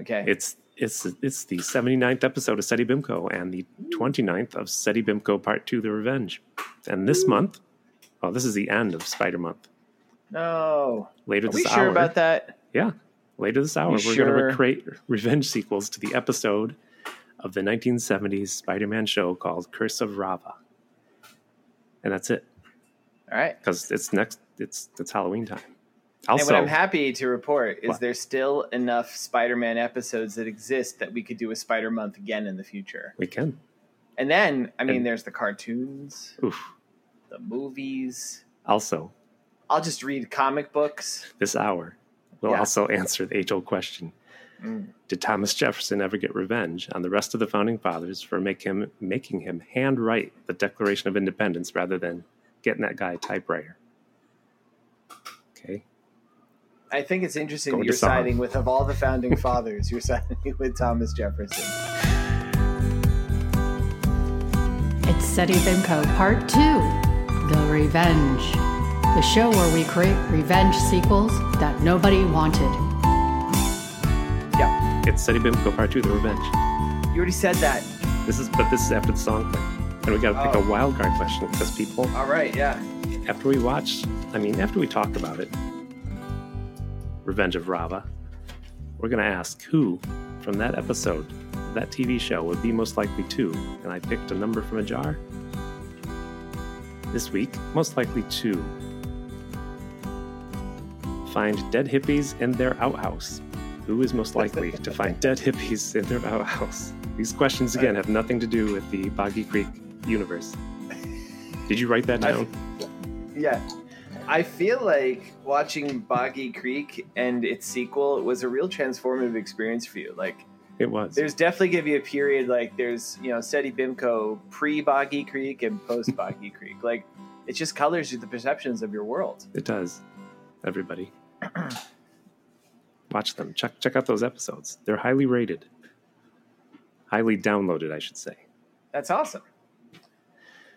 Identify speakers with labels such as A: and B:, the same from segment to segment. A: Okay.
B: It's it's it's the 79th episode of SETI Bimco and the 29th of SETI Bimco Part 2 The Revenge. And this
A: Hmm.
B: month, well, this is the end of Spider Month.
A: no.
B: Later
A: Are
B: this
A: we
B: hour.
A: sure about that?
B: Yeah. Later this hour, we're going to
A: sure?
B: recreate revenge sequels to the episode of the 1970s Spider Man show called Curse of Rava. And that's it.
A: All right.
B: Because it's next, it's, it's Halloween time.
A: And what
B: Also,
A: I'm happy to report is
B: What?
A: there's still enough Spider-Man episodes that exist that we could do a Spider Month again in the future.
B: we can.
A: And then, I mean,
B: And-
A: there's the cartoons,
B: Oof.
A: the movies.
B: Also,
A: I'll just read comic books.
B: this hour, we'll
A: Yeah.
B: also answer the age old question
A: Mm.
B: Did Thomas Jefferson ever get revenge on the rest of the founding fathers for make him, making him handwrite the Declaration of Independence rather than getting that guy a typewriter? Okay.
A: I think it's interesting
B: Going
A: that
B: to
A: you're
B: summer.
A: siding with of all the founding fathers, you're siding with Thomas Jefferson.
C: It's SETI Bimco Part 2 The Revenge, the show where we create revenge sequels that nobody wanted.
A: Yeah,
B: It's Steady Bim Go Part 2 The Revenge.
A: you already said that.
B: This is, but this is after the song play. And we got to pick
A: Oh.
B: a wild card question because people,
A: All right, yeah.
B: after we watch, I mean, after we talk about it, Revenge of Rava, we're going to ask who from that episode, that TV show, would be most likely to. And I picked a number from a jar. This week, most likely to find dead hippies in their outhouse. Who is most likely to find dead hippies in their outhouse? These questions, again, have nothing to do with the Boggy Creek universe. Did you write that
A: I-
B: down?
A: Yeah. I feel like watching Boggy Creek and its sequel was a real transformative experience for you. Like,
B: It was.
A: there's definitely going to be a period like there's, you know, SETI Bimco pre Boggy Creek and post Boggy Creek. Like, it just colors you the perceptions of your world.
B: It does. Everybody. Watch them. Check check out those episodes. They're highly rated. Highly downloaded, I should say.
A: That's awesome.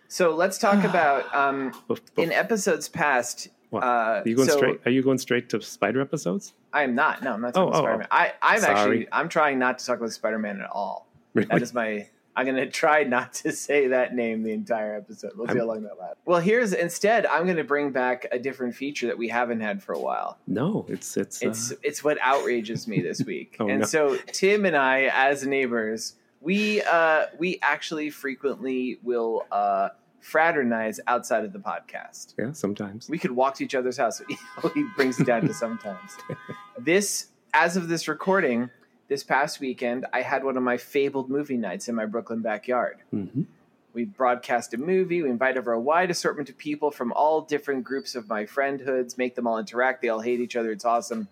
A: So let's talk about um,
B: Bef- bef-
A: in episodes past.
B: What?
A: Uh,
B: Are you going
A: so
B: straight are you going straight to spider episodes?
A: I am not. No, I'm not talking
B: Oh,
A: about
B: oh, oh.
A: Spider Man. I I'm actually
B: Sorry.
A: I'm trying not to talk about Spider Man at all. That
B: Really?
A: is my. I'm gonna try not to say that name the entire episode. We'll see how
B: I'm-
A: long that lasts. Well, here's instead. I'm gonna bring back a different feature that we haven't had for a while.
B: No, it's it's, uh,
A: It's it's what outrages me this week.
B: Oh,
A: and
B: no.
A: so Tim and I, as neighbors, we uh, we actually frequently will uh, fraternize outside of the podcast.
B: yeah, sometimes.
A: We could walk to each other's house. he brings it down to sometimes. This as of this recording, this past weekend, I had one of my fabled movie nights in my Brooklyn backyard.
B: Mhm.
A: We broadcast a movie. We invite over a wide assortment of people from all different groups of my friendhoods, make them all interact. They all hate each other. It's awesome.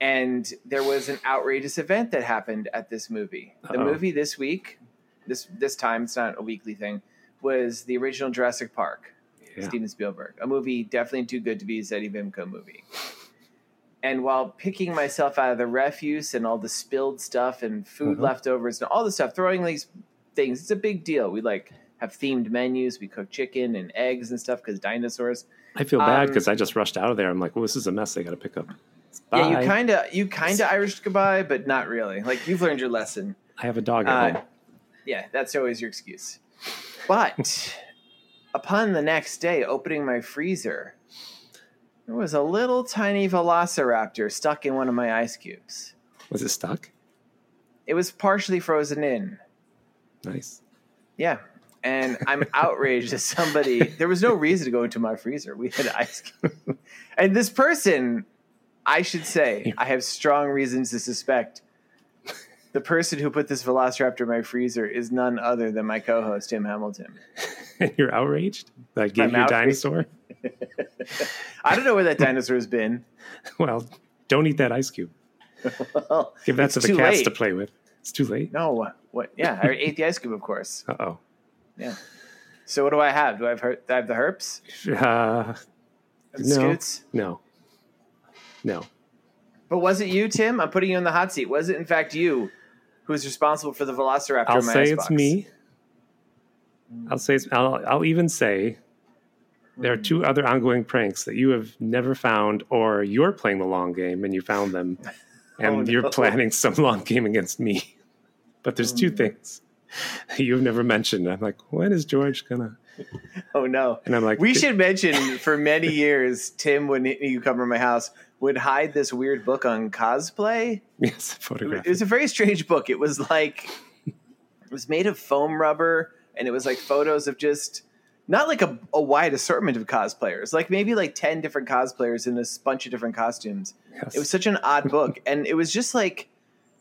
A: and there was an outrageous event that happened at this movie. The
B: Uh-oh.
A: movie this week, this this time, it's not a weekly thing, was the original Jurassic Park,
B: Yeah.
A: Steven Spielberg. A movie definitely too good to be a Zeddy Vimco movie. And while picking myself out of the refuse and all the spilled stuff and food
B: Mhm.
A: leftovers and all the stuff, throwing these things. It's a big deal. We like have themed menus. We cook chicken and eggs and stuff because dinosaurs.
B: I feel bad
A: um,
B: because I just rushed out of there. I'm like, well, this is a mess I gotta pick up.
A: Yeah,
B: Bye.
A: you kind of you kind of Irish goodbye, but not really. Like you've learned your lesson.
B: I have a dog at
A: uh,
B: home.
A: Yeah, that's always your excuse. But upon the next day, opening my freezer, there was a little tiny velociraptor stuck in one of my ice cubes.
B: Was it stuck?
A: It was partially frozen in.
B: Nice.
A: Yeah. And I'm outraged that somebody there was no reason to go into my freezer. We had ice cream. And this person, I should say, I have strong reasons to suspect the person who put this Velociraptor in my freezer is none other than my co-host Tim Hamilton.
B: You're outraged? That I gave
A: I'm
B: you a
A: outraged.
B: dinosaur?
A: I don't know where that dinosaur has been.
B: Well, don't eat that ice cube.
A: Well,
B: Give that
A: It's
B: to the
A: too
B: cats
A: late.
B: to play with. It's too late.
A: no, what? Yeah, I ate the ice cube, of course.
B: Uh oh.
A: Yeah. So what do I have? Do I have, her- I have the herps?
B: Uh,
A: I have the
B: No.
A: Scoots?
B: no. No.
A: But was it you, Tim? I'm putting you in the hot seat. Was it in fact you who was responsible for the Velociraptor?
B: I'll
A: in my
B: say
A: icebox?
B: it's me. I'll say it's, I'll, I'll even say there are
A: Hmm.
B: two other ongoing pranks that you have never found, or you're playing the long game and you found them and
A: Oh,
B: you're
A: no.
B: planning some long game against me. But there's
A: Hmm.
B: two things that you've never mentioned. I'm like, when is George gonna?
A: Oh no.
B: And I'm like,
A: we
B: "Di-
A: should mention for many years, Tim, when you come to my house, would hide this weird book on cosplay.
B: Yes,
A: It
B: photograph.
A: was a very strange book. It was like it was made of foam rubber, and it was like photos of just not like a, a wide assortment of cosplayers, like maybe like ten different cosplayers in this bunch of different costumes.
B: Yes.
A: It was such an odd book, and it was just like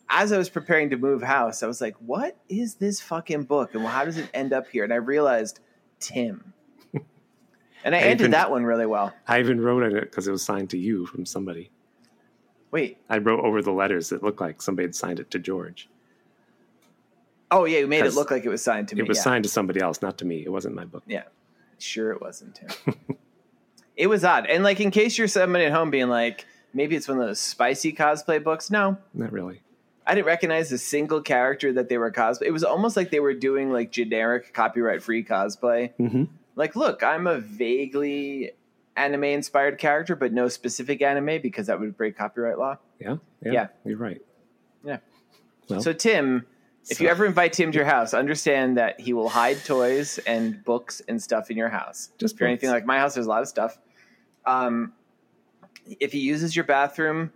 A: as I was preparing to move house, I was like, "What is this fucking book, and how does it end up here?" And I realized Tim, and I
B: I
A: ended
B: even-
A: that one really well.
B: I even wrote on it because it was signed to you from somebody.
A: Wait,
B: I wrote over the letters that looked like somebody had signed it to George.
A: oh yeah, you made it
B: 'Cause
A: look like it was signed to me.
B: It was
A: yeah.
B: signed to somebody else, not to me. It wasn't my book.
A: Yeah. Sure it wasn't him. it was odd. And like in case you're somebody at home being like, maybe it's one of those spicy cosplay books. No.
B: Not really.
A: I didn't recognize a single character that they were cosplay. It was almost like they were doing like generic copyright free cosplay.
B: hmm
A: Like, look, I'm a vaguely anime inspired character, but no specific anime because that would break copyright law.
B: Yeah,
A: Yeah.
B: You're right.
A: Yeah.
B: Well,
A: So Tim, if
B: so-
A: you ever invite Tim to your house, understand that he will hide toys and books and stuff in your house.
B: Just
A: if you're anything
B: books.
A: like my house, there's a lot of stuff. Um, if he uses your bathroom,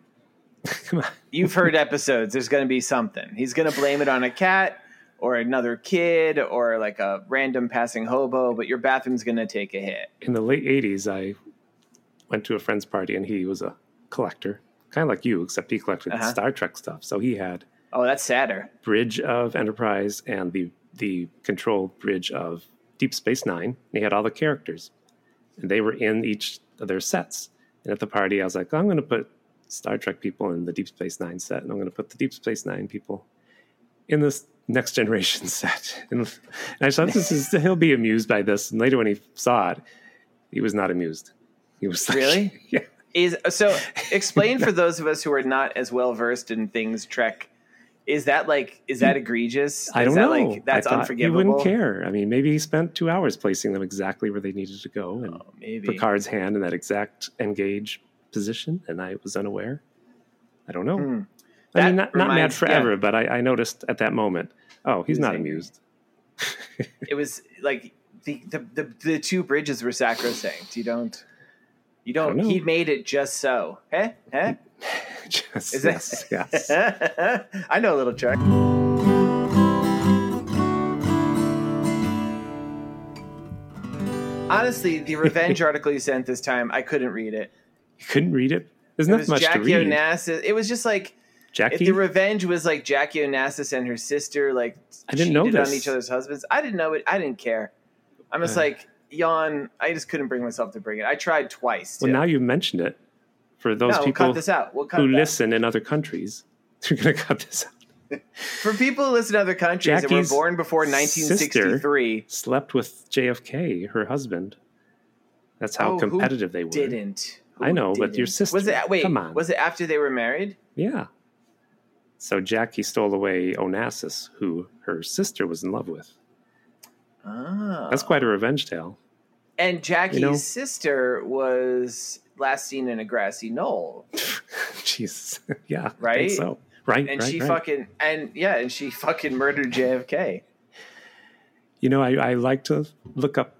B: come on.
A: you've heard episodes. There's going to be something. He's going to blame it on a cat or another kid or like a random passing hobo, but your bathroom's going to take a hit.
B: in the late 80s i went to a friend's party and he was a collector kind of like you except he collected
A: Uh-huh.
B: star trek stuff so he had
A: Oh, that's sadder.
B: bridge of enterprise and the the control bridge of deep space nine and he had all the characters and they were in each of their sets and at the party i was like i'm going to put star trek people in the deep space nine set and i'm going to put the deep space nine people in this next generation set and, and i thought this is he'll be amused by this and later when he saw it he was not amused he was like,
A: Really?
B: yeah
A: Is so explain for those of us who are not as well versed in things Trek. Is that like is that egregious?
B: I don't
A: is that
B: know.
A: like that's
B: I thought
A: unforgivable?
B: He wouldn't care. I mean, maybe he spent two hours placing them exactly where they needed to go, and
A: Oh, Maybe.
B: Picard's hand in that exact engage position, and I was unaware. I don't know.
A: Hmm.
B: I mean,
A: That
B: not, not mad
A: reminds-
B: forever, but I, I noticed at that moment. Oh, he's
A: was
B: not
A: angry.
B: amused.
A: it was like the, the the the two bridges were sacrosanct. You don't. You don't.
B: know.
A: he made it just so. Hey, hey.
B: Just,
A: Is
B: yes,
A: that-
B: yes.
A: I know a little trick. Honestly, the revenge article you sent this time, I couldn't read it.
B: You couldn't read it. There's
A: It
B: not
A: was
B: much to
A: Jackie
B: read.
A: Onassis. It was just like if
B: Jackie,
A: the revenge was like Jackie Onassis and her sister, like
B: I didn't know
A: cheated on
B: this.
A: each other's husbands. I didn't know it. I didn't care. I'm just
B: Uh.
A: like yawn. I just couldn't bring myself to bring it. I tried twice.
B: well,
A: too.
B: now you mentioned it. For those
A: no, we'll
B: people
A: cut this out. We'll cut
B: who
A: that.
B: listen in other countries, they're going to cut this out.
A: for people who listen to other countries that were
B: Jackie's
A: born before
B: sister-
A: 1963.
B: Slept with JFK, her husband. That's
A: Oh,
B: how
A: who
B: competitive they were.
A: Didn't Who
B: I know, but
A: didn't?
B: your
A: was
B: sister.
A: it? Wait,
B: Come on.
A: was it after they were married?
B: Yeah. So Jackie stole away Onassis, who her sister was in love with.
A: Ah,
B: That's quite a revenge tale.
A: And Jackie's
B: know-
A: sister was last seen in a grassy knoll,
B: Jeez. yeah. I think
A: Right?
B: so. Right.
A: and
B: right,
A: she
B: right.
A: fucking and yeah, and she fucking murdered JFK.
B: You know, I, I like to look up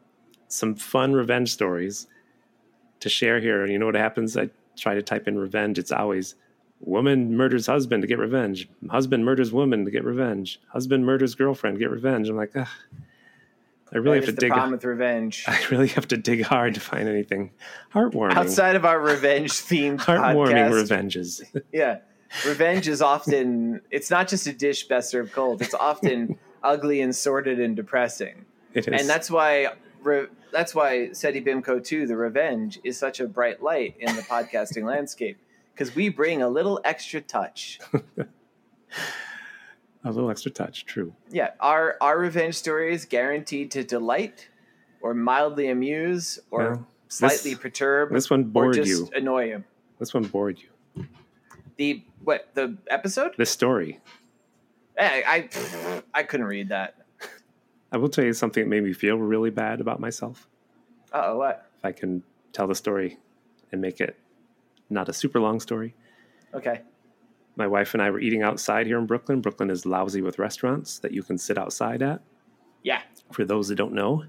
B: some fun revenge stories to share here. And you know what happens? I try to type in revenge. It's always woman murders husband to get revenge. Husband murders woman to get revenge. Husband murders girlfriend to get revenge. I'm like, Ugh, I really
A: That
B: have
A: is
B: to
A: the
B: dig.
A: problem with revenge.
B: I really have to dig hard to find anything heartwarming.
A: Outside of our revenge themed
B: heartwarming
A: podcast,
B: revenges.
A: yeah, revenge is often it's not just a dish best served cold. It's often ugly and sordid and depressing.
B: It is.
A: and that's why re, that's why Seti Bimco too, the Revenge, is such a bright light in the podcasting landscape because we bring a little extra touch.
B: a little extra touch. True.
A: Yeah, our our revenge story is guaranteed to delight, or mildly amuse, or
B: Yeah. This-
A: slightly perturb,
B: This one
A: or
B: bored
A: just
B: you.
A: annoy you.
B: This one bored you.
A: The what the episode?
B: This story.
A: Eh, I I, couldn't read that.
B: I will tell you something that made me feel really bad about myself.
A: Uh oh, what?
B: If I can tell the story and make it not a super long story.
A: Okay,
B: my wife and I were eating outside here in Brooklyn. Brooklyn is lousy with restaurants that you can sit outside at,
A: Yeah.
B: for those that don't know.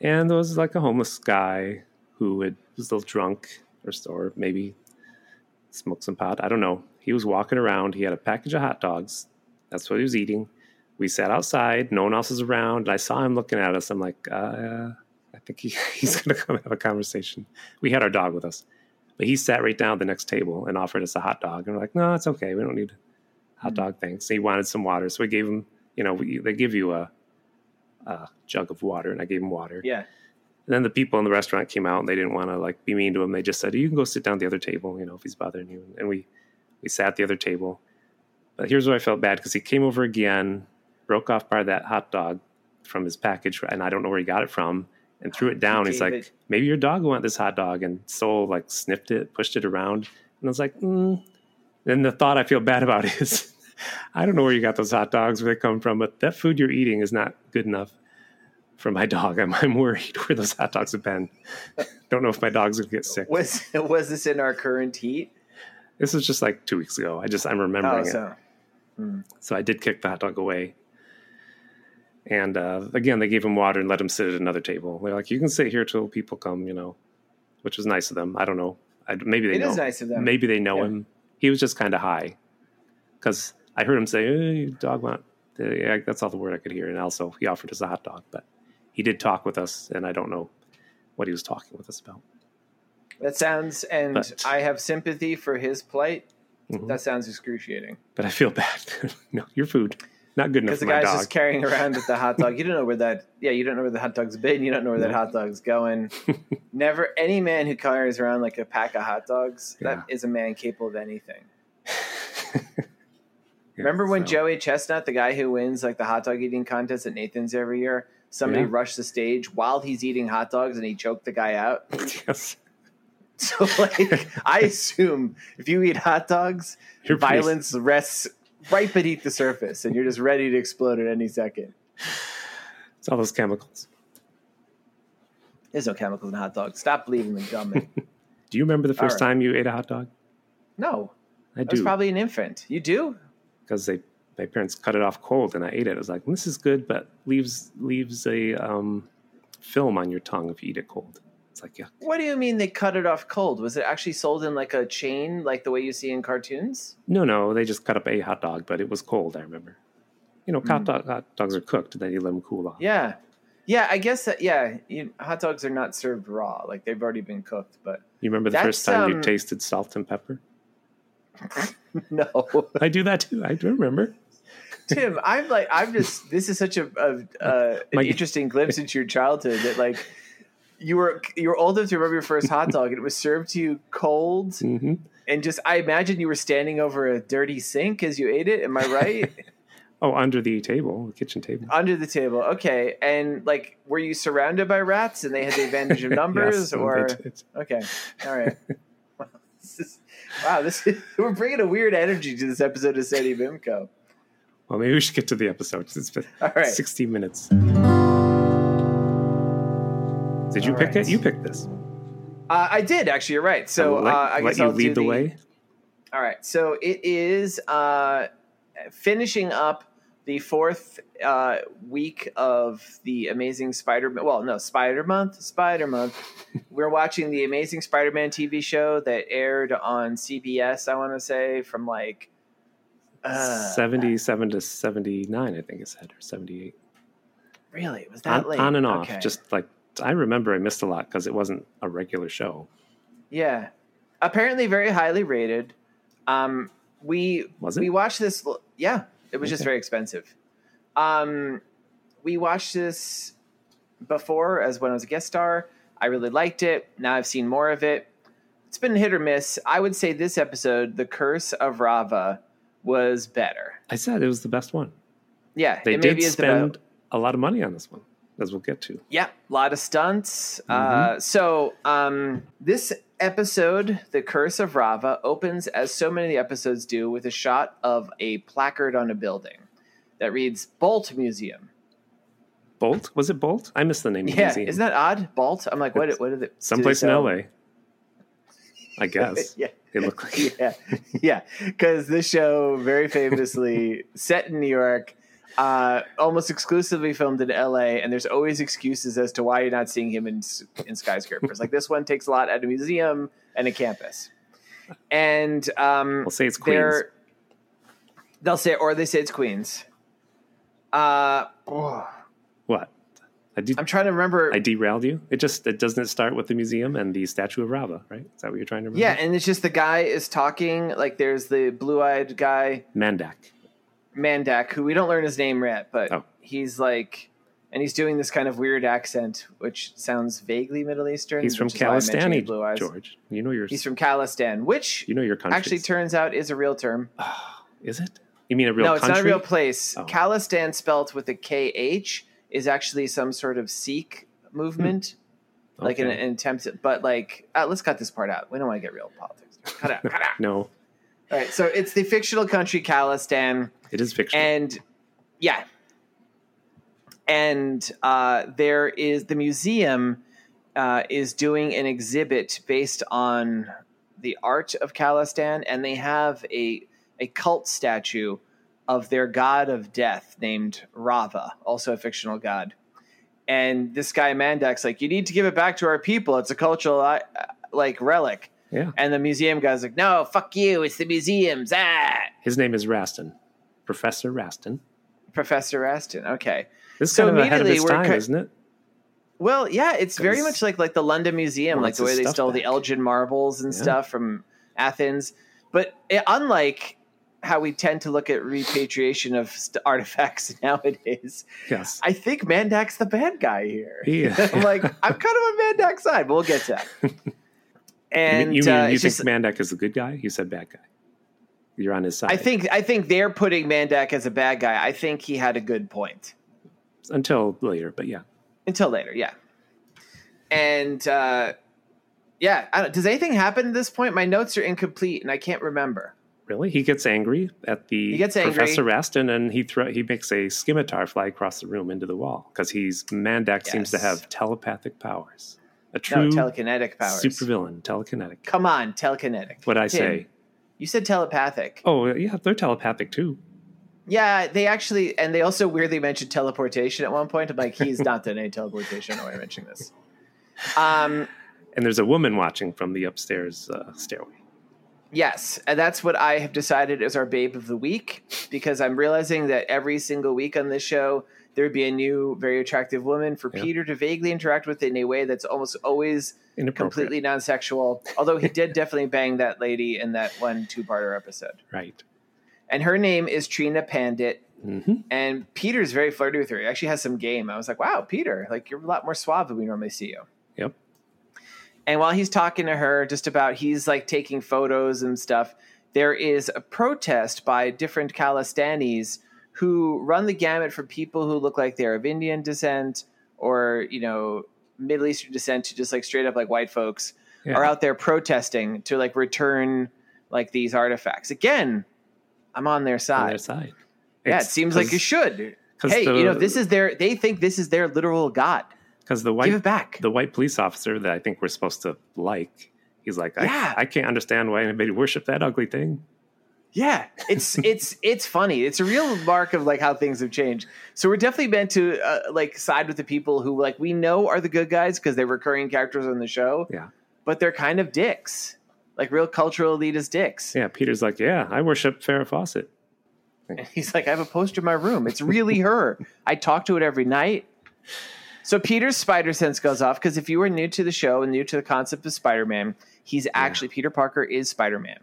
B: And there was like a homeless guy who had, was a little drunk or, s- or maybe smoked some pot. I don't know. He was walking around. He had a package of hot dogs. That's what he was eating. We sat outside. No one else was around. And I saw him looking at us. I'm like, uh, I think he, he's going to come have a conversation. We had our dog with us. But he sat right down at the next table and offered us a hot dog. And we're like, no, it's okay. We don't need hot dog, thanks. He wanted some water. So we gave him, you know, we, they give you a, a jug of water. And I gave him water.
A: Yeah.
B: And then the people in the restaurant came out and they didn't want to like be mean to him. They just said, "You can go sit down at the other table, you know, if he's bothering you." And we we sat at the other table. But here's where I felt bad because he came over again, broke off part of that hot dog from his package, and I don't know where he got it from, and threw it down. He's
A: gave
B: like,
A: it-
B: "Maybe your dog will want this hot dog," and Soul like sniffed it, pushed it around, and I was like, mm. "Then the thought I feel bad about is." I don't know where you got those hot dogs, where they come from, but that food you're eating is not good enough for my dog. I'm, I'm worried where those hot dogs have been. don't know if my dog's gonna get sick.
A: Was was this in our current heat?
B: This was just like two weeks ago. I just I'm
A: Oh,
B: remembering it.
A: so
B: So I did kick the hot dog away. And uh, again, they gave him water and let him sit at another table. They're like, "You can sit here till people come," you know, which was nice of them. I don't know. I, maybe they
A: It
B: know.
A: is nice of them.
B: Maybe they know
A: Yeah.
B: him. He was just kind of high because I heard him say, "Eh, "Dog want." Yeah, that's all the word I could hear. And also, he offered us a hot dog, but he did talk with us, and I don't know what he was talking with us about.
A: that sounds, and
B: But-
A: I have sympathy for his plight.
B: Mhm.
A: That sounds excruciating
B: But I feel bad. no, your food not good enough
A: because
B: for
A: the
B: my
A: guy's
B: dog.
A: just carrying around with the hot dog. You don't know where that. Yeah, you don't know where the hot dog's been. You don't know where that
B: No.
A: hot dog's going. Never any man who carries around like a pack of hot dogs
B: Yeah.
A: that is a man capable of anything. Remember when
B: Joe?
A: Joey Chestnut, the guy who wins like the hot dog eating contest at Nathan's every year, somebody
B: Yeah.
A: rushed the stage while he's eating hot dogs and he choked the guy out?
B: yes.
A: So like I assume if you eat hot dogs,
B: You're pretty-
A: violence rests right beneath the surface and you're just ready to explode at any second.
B: It's all those chemicals.
A: There's no chemicals in hot dogs. Stop believing the government.
B: Do you remember the first
A: right.
B: time you ate a hot dog?
A: No.
B: I
A: I was
B: do.
A: probably an infant. You do?
B: Because they my parents cut it off cold and I ate it. I was like, this is good, but leaves leaves a um, film on your tongue if you eat it cold. It's like, yeah.
A: What do you mean they cut it off cold? Was it actually sold in like a chain like the way you see in cartoons?
B: No, no, they just cut up a hot dog, but it was cold, I remember. You know, hot, dog, hot dogs are cooked and then you let them cool off.
A: Mm. Yeah. Yeah, I guess that yeah, you, hot dogs are not served raw. Like they've already been cooked, but
B: You remember the first
A: That's,
B: time you
A: um,
B: tasted salt and pepper?
A: no.
B: I do that too. I do remember.
A: Tim, I'm like, I'm just. This is such a, a uh, an
B: My-
A: interesting glimpse into your childhood that like you were you were old enough to remember your first hot dog, and it was served to you cold,
B: hmm
A: and just I imagine you were standing over a dirty sink as you ate it. Am I right?
B: Oh, under the table, the kitchen table.
A: Under the table, okay. And like, were you surrounded by rats, and they had the advantage of numbers,
B: Yes, and they
A: or
B: did.
A: okay, all right. Wow, this is- Wow, this is, we're bringing a weird energy to this episode of Sandy Bimco.
B: Well, maybe we should get to the episode 'cause it's been
A: All right.
B: 60 minutes. Did you
A: All
B: pick
A: right.
B: it? You picked this.
A: Uh, I did actually. You're right. So
B: will let,
A: uh, I
B: let
A: guess
B: you
A: I'll do
B: lead the, way.
A: All right. So it is uh, finishing up the fourth uh, week of the Amazing Spider. Well, no, Spider Month. Spider Month. We're watching the Amazing Spider-Man TV show that aired on CBS. I want to say from like uh,
B: 77 to 79, I think it said, or 78.
A: Really, was that
B: On,
A: late?
B: on and off.
A: Okay.
B: Just like, I remember I missed a lot because it wasn't a regular show,
A: yeah. Apparently, very highly rated. Um, we
B: was it?
A: we watched this l- yeah it was just
B: Okay.
A: very expensive um we watched this before as when i was a guest star i really liked it now i've seen more of it it's been hit or miss i would say this episode the curse of rava was better
B: I said it was the best one.
A: yeah
B: They
A: it maybe
B: did
A: is the best-
B: spend a lot of money on this one, as we'll get to.
A: Yeah, a lot of stunts.
B: Mm-hmm.
A: Uh, so um, this episode, "The Curse of Rava," opens as so many of the episodes do, with a shot of a placard on a building that reads "Bolt Museum."
B: Bolt? Was it Bolt? I missed the name. of the
A: Yeah,
B: museum.
A: isn't that odd? Bolt. I'm like, what?
B: It's
A: What are the
B: someplace in
A: LA?
B: LA? I guess.
A: yeah,
B: It looked like
A: yeah, yeah. Because this show, very famously set in New York, uh, almost exclusively filmed in L.A., and there's always excuses as to why you're not seeing him in s- in skyscrapers. like this one takes a lot at a museum and a campus, and um,
B: We'll say it's
A: they're- They'll say, or they say it's Queens. Uh,
B: what? I did.
A: I'm trying to remember.
B: I derailed you. It just it doesn't start with the museum and the statue of Rava, right? Is that what you're trying to remember?
A: yeah, and it's just the guy is talking. Like there's the blue-eyed guy.
B: Mandak.
A: Mandak, who we don't learn his name yet, but
B: Oh.
A: he's like, and he's doing this kind of weird accent, which sounds vaguely Middle Eastern.
B: He's from
A: which is why I mentioned
B: Kalistani,
A: Blue eyes.
B: George. You know your
A: He's from Khalistan, which
B: you know your country.
A: actually turns out is a real term.
B: is it? You mean a real
A: no, it's
B: country?
A: not a real place.
B: Oh.
A: Khalistan, spelt with a K H, is actually some sort of Sikh movement, like an,
B: Hmm. Okay.
A: an attempt. At, but like, uh, let's cut this part out. We don't want to get real politics. Cut out, cut out.
B: no,
A: All right, so it's the fictional country Khalistan.
B: it is fiction.
A: and yeah and uh, there is the museum uh, is doing an exhibit based on the art of Khalistan, and they have a a cult statue of their god of death named Rava, also a fictional god. And this guy Mandak's like, "You need to give it back to our people. It's a cultural uh, like relic."
B: yeah,
A: And the museum guy's like, "No, fuck you. It's the museum's ah."
B: his name is Rastin, Professor Rastin.
A: Professor Aston. Okay.
B: This is
A: So
B: kind of ahead of
A: immediately
B: its
A: we're
B: time,
A: cut-
B: isn't it?
A: Well, yeah, it's very
B: 'Cause-
A: much like like the London Museum,
B: Well,
A: like
B: it's
A: the way
B: his
A: they
B: stuff
A: stole the
B: back.
A: Elgin marbles and
B: Yeah.
A: stuff from Athens. But it, unlike how we tend to look at repatriation of st- artifacts nowadays,
B: Yes.
A: I think Mandak's the bad guy here.
B: Yeah.
A: I'm like, I'm kind of on Mandak's side, but we'll get to that. And
B: you mean,
A: uh,
B: you
A: it's
B: think
A: just,
B: Mandak is a good guy? You said bad guy. You're on his side.
A: I think I think they're putting Mandak as a bad guy. I think he had a good point.
B: until later, but yeah.
A: until later yeah and uh yeah I don't, does anything happen at this point my notes are incomplete and i can't remember
B: Really, he gets angry at the
A: He gets angry.
B: Professor Rastin, and he throw he makes a scimitar fly across the room into the wall because he's Mandak seems to
A: Yes.
B: have telepathic powers, a
A: no
B: true
A: telekinetic powers
B: supervillain, telekinetic.
A: come on telekinetic
B: What I
A: Tim,
B: say?
A: you said telepathic
B: Oh yeah, they're telepathic too.
A: yeah they actually and they also weirdly mentioned teleportation at one point i'm like he's not done any teleportation i don't know why i'm mentioning this um
B: And there's a woman watching from the upstairs uh, stairway.
A: Yes, and that's what I have decided is our babe of the week because I'm realizing that every single week on this show there would be a new very attractive woman for
B: Yeah.
A: Peter to vaguely interact with in a way that's almost always
B: Inappropriate,
A: completely non-sexual. Although he did definitely bang that lady in that one two-parter episode.
B: right?
A: And her name is Trina Pandit
B: hmm
A: and Peter's very flirty with her. He actually has some game. I was like, "Wow, Peter, like you're a lot more suave than we normally see you."
B: Yep.
A: And while he's talking to her just about he's like taking photos and stuff, there is a protest by different Khalistanis who run the gamut from people who look like they're of Indian descent or, you know, Middle Eastern descent to just like straight up like white folks
B: Yeah.
A: are out there protesting to like return like these artifacts. Again, I'm on their
B: on
A: side.
B: their side.
A: yeah, it
B: It's-
A: seems like
B: 'cause-
A: you should.
B: 'cause
A: Hey,
B: the-
A: you know, this is their they think this is their literal god.
B: because the
A: Give
B: white
A: it back.
B: the white police officer that I think we're supposed to like. He's like, I,
A: Yeah.
B: I can't understand why anybody worship that ugly thing.
A: Yeah, it's it's it's funny. It's a real mark of like how things have changed. So we're definitely meant to uh, like side with the people who like we know are the good guys because they're recurring characters on the show.
B: Yeah.
A: but they're kind of dicks, like real cultural elitist dicks.
B: Yeah, Peter's like, yeah, I worship Farrah Fawcett.
A: He's like, I have a poster in my room. It's really her. I talk to it every night. So Peter's spider sense goes off because if you were new to the show and new to the concept of Spider Man, he's actually Peter Parker is Spider Man.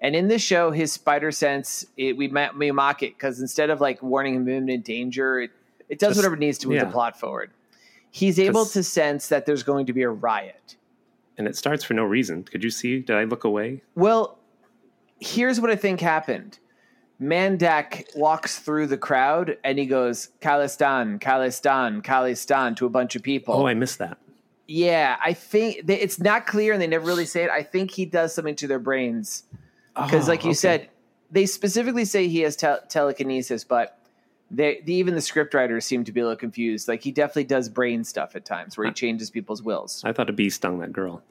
A: And in this show, his spider sense, it, we, ma- we mock it because instead of like warning him of imminent danger, it, it does
B: Just-
A: whatever it needs to move
B: yeah.
A: the plot forward. He's able
B: 'Cause-
A: to sense that there's going to be a riot.
B: And it starts for no reason. Could you see? Did I look away?
A: Well, here's what I think happened. Mandak walks through the crowd and he goes, Khalistan, Khalistan, Khalistan to a bunch of people.
B: Oh, I missed that.
A: yeah, I think they, it's not clear and they never really say it. I think he does something to their brains. Because,
B: Oh,
A: like you
B: okay.
A: said, they specifically say he has tel telekinesis, but they, the, even the scriptwriters seem to be a little confused. Like, he definitely does brain stuff at
B: Uh,
A: times where he changes people's wills.
B: I thought a bee stung that girl.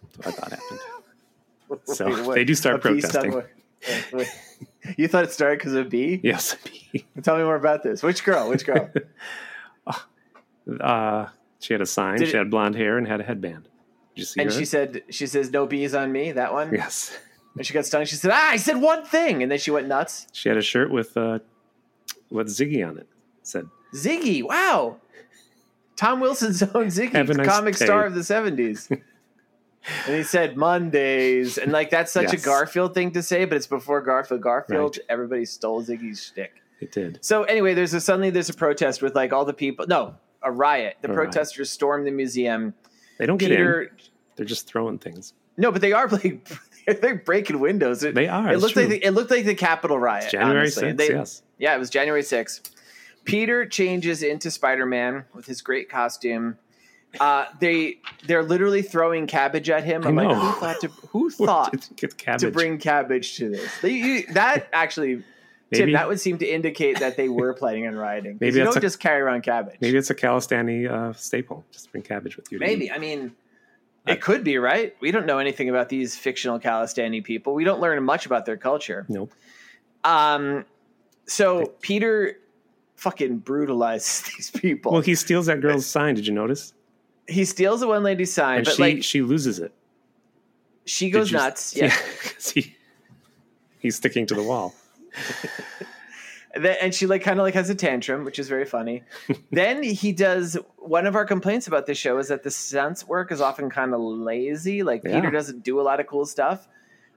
B: That's what I thought happened. So
A: Wait, what?
B: they do
A: A
B: start
A: bee stung
B: protesting.
A: one- wait, wait. You thought it started because of a bee?
B: Yes.
A: Tell me more about this. Which girl? Which girl?
B: Uh, she had a sign.
A: Did
B: she
A: it-
B: had blonde hair and had a headband. Did you see
A: and
B: her?
A: she said, she says, no bees on me. That one.
B: yes.
A: And she got stung. She said, ah, I said one thing, and then she went nuts.
B: She had a shirt with uh, with Ziggy on it. Said
A: Ziggy, wow. Tom Wilson's own Ziggy,
B: Have a nice
A: comic
B: day.
A: star of the 70s. and he said Mondays. And like that's such a
B: Yes.
A: Garfield thing to say, but it's before Garfield. Garfield, everybody stole Ziggy's shtick.
B: it did.
A: So anyway, there's a suddenly there's a protest with like all the people no, a riot. The
B: A riot.
A: protesters storm the museum.
B: They don't get
A: Peter
B: in. They're just throwing things.
A: No, but they are like they're breaking windows. It,
B: They are,
A: It
B: it's
A: looked like
B: true.
A: the, it looked like the Capitol riot.
B: January
A: honestly.
B: 6th,
A: They-
B: yes.
A: yeah, it was January 6th. Peter changes into Spider-Man with his great costume. Uh, they they're literally throwing cabbage at him.
B: I
A: I'm
B: know.
A: like, who thought to who
B: Where
A: thought
B: did you get cabbage?
A: to bring cabbage to this? They, you, that actually, Tim,
B: Maybe-
A: that would seem to indicate that they were planning on rioting. 'Cause
B: Maybe
A: you
B: that's
A: don't
B: a-
A: just carry around cabbage.
B: Maybe it's a Calistani uh, staple. Just bring cabbage with you. to eat.
A: Maybe. I mean,
B: I-
A: it could be, right? We don't know anything about these fictional Calistani people. We don't learn much about their culture.
B: Nope.
A: Um, so Peter fucking brutalizes these people.
B: Well, he steals that girl's sign. Did you notice?
A: he steals the one lady's sign,
B: And
A: but
B: she
A: like
B: she loses it.
A: she
B: Did
A: goes
B: you-
A: nuts. Yeah.
B: 'cause he, he's sticking to the wall.
A: Th- And she like kind of like has a tantrum, which is very funny. then he does one of our complaints about this show is that the sense work is often kind of lazy. Like
B: Yeah.
A: Peter doesn't do a lot of cool stuff.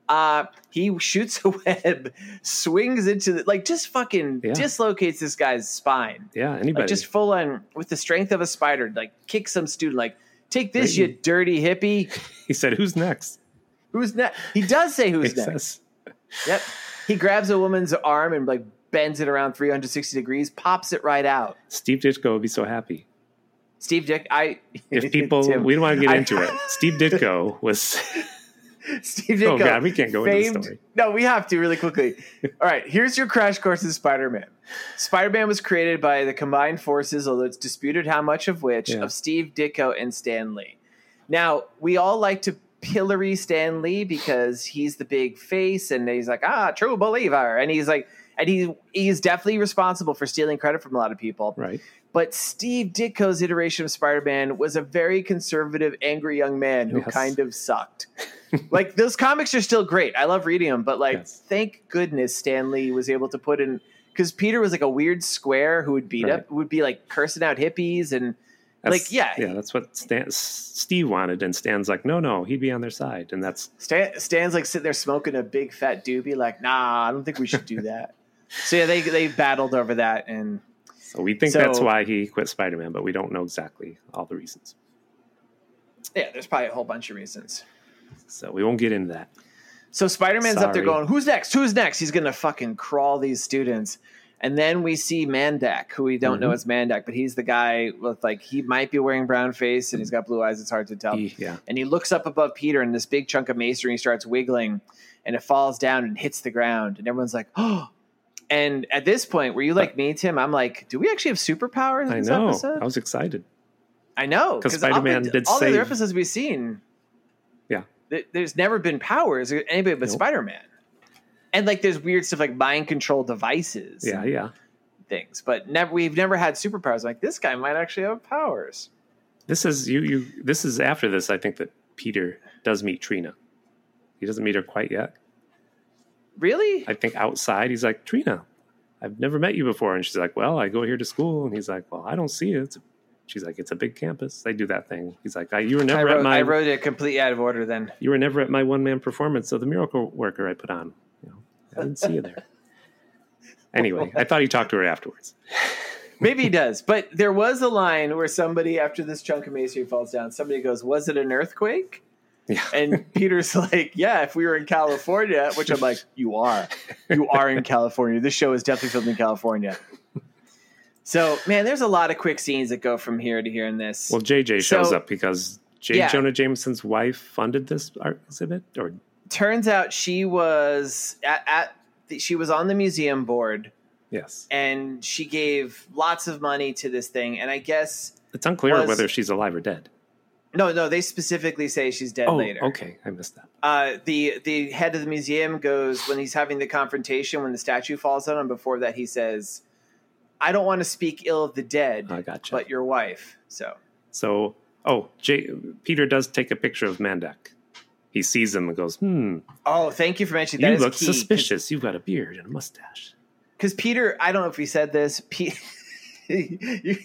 A: Uh, he shoots a web, swings into the like just fucking
B: Yeah.
A: dislocates this guy's spine.
B: Yeah, anybody.
A: Like just full on with the strength of a spider, like kick some student, like, take this,
B: Right.
A: you dirty hippie.
B: he said, "Who's next?"
A: Who's next? He does say who's
B: He
A: next.
B: says,
A: Yep. He grabs a woman's arm and like bends it around 360 degrees, pops it right out.
B: Steve Ditko would be so happy
A: Steve Dick, I
B: if people.
A: Tim,
B: we don't want to get
A: I-
B: into it. Steve Ditko was
A: Steve
B: Oh,
A: Ditko.
B: God, we can't go into the story.
A: No, we have to really quickly. All right, here's your crash course in Spider-Man. Spider-Man was created by the combined forces, although it's disputed how much of which,
B: Yeah.
A: of Steve Ditko and Stan Lee. Now, we all like to pillory Stan Lee because he's the big face and he's like, ah, true believer. And he's like, and he he's definitely responsible for stealing credit from a lot of people.
B: right.
A: But Steve Ditko's iteration of Spider Man was a very conservative, angry young man who
B: Yes.
A: kind of sucked. like, those comics are still great. I love reading them, but like,
B: Yes.
A: thank goodness Stan Lee was able to put in. Because Peter was like a weird square who would beat up,
B: Right.
A: would be like cursing out hippies and
B: That's-
A: Like, yeah.
B: yeah. That's what Stan, S- Steve wanted, and Stan's like, "No, no, he'd be on their side." And that's
A: Stan, Stan's like sitting there smoking a big fat doobie, like, nah, I don't think we should do that. so yeah, they they battled over that, and
B: so we think that's
A: So-
B: why he quit Spider-Man, but we don't know exactly all the reasons.
A: yeah, there's probably a whole bunch of reasons.
B: So we won't get into that.
A: So Spider Man's up there
B: Sorry.
A: going, "Who's next? Who's next?" He's gonna fucking crawl these students, and then we see Mandak, who we don't know
B: Mhm.
A: is Mandak, but he's the guy with like he might be wearing brown face and he's got blue eyes. It's hard to tell.
B: He- yeah.
A: and he looks up above Peter, and this big chunk of masonry starts wiggling, and it falls down and hits the ground, and everyone's like, "Oh!" And at this point, were you like me, Tim? I'm like, do we actually have superpowers in
B: I
A: this
B: know.
A: episode?
B: I was excited.
A: I know
B: 'Cause
A: all
B: Spider-Man
A: the-
B: did
A: all the other
B: save-
A: episodes we've seen.
B: Yeah.
A: th- there's never been powers anybody but
B: Nope.
A: Spider-Man, and like there's weird stuff like mind control devices,
B: Yeah,
A: and
B: yeah.
A: things. But never we've never had superpowers. I'm like this guy might actually have powers.
B: This is you. You. This is after this. I think that Peter does meet Trina. He doesn't meet her quite yet.
A: Really?
B: I think outside, he's like, Trina, I've never met you before. And she's like, Well, I go here to school. And he's like, Well, I don't see it. She's like, It's a big campus. They do that thing. He's like, I, You were
A: I
B: never
A: wrote,
B: at my
A: I wrote it completely out of order. Then
B: you were never at my one man performance of the miracle worker I put on. You know, I didn't see you there. Anyway, I thought he talked to her afterwards.
A: maybe he does. But there was a line where somebody after this chunk of masonry falls down, somebody goes, "Was it an earthquake?"
B: Yeah.
A: And Peter's like, "Yeah, if we were in California," which I'm like, "You are, you are in California. This show is definitely filmed in California." So, man, there's a lot of quick scenes that go from here to here in this.
B: Well, JJ shows
A: So-
B: up because J.
A: Yeah.
B: Jonah Jameson's wife funded this art exhibit, or
A: Turns out she was at, at the, she was on the museum board,
B: yes,
A: and she gave lots of money to this thing. And I guess
B: it's unclear
A: Was-
B: whether she's alive or dead.
A: No, no, they specifically say she's dead
B: oh,
A: later.
B: okay. I missed that.
A: Uh, the the head of the museum goes when he's having the confrontation when the statue falls on him. Before that, he says, "I don't want to speak ill of the dead,
B: I gotcha.
A: but your wife." So
B: so, oh, J- Peter does take a picture of Mandak. He sees him and goes, hmm,
A: Oh, thank you for mentioning that.
B: you
A: is
B: look
A: key,
B: suspicious. You've got a beard and a mustache.
A: Because Peter, I don't know if we said this. Pe- you,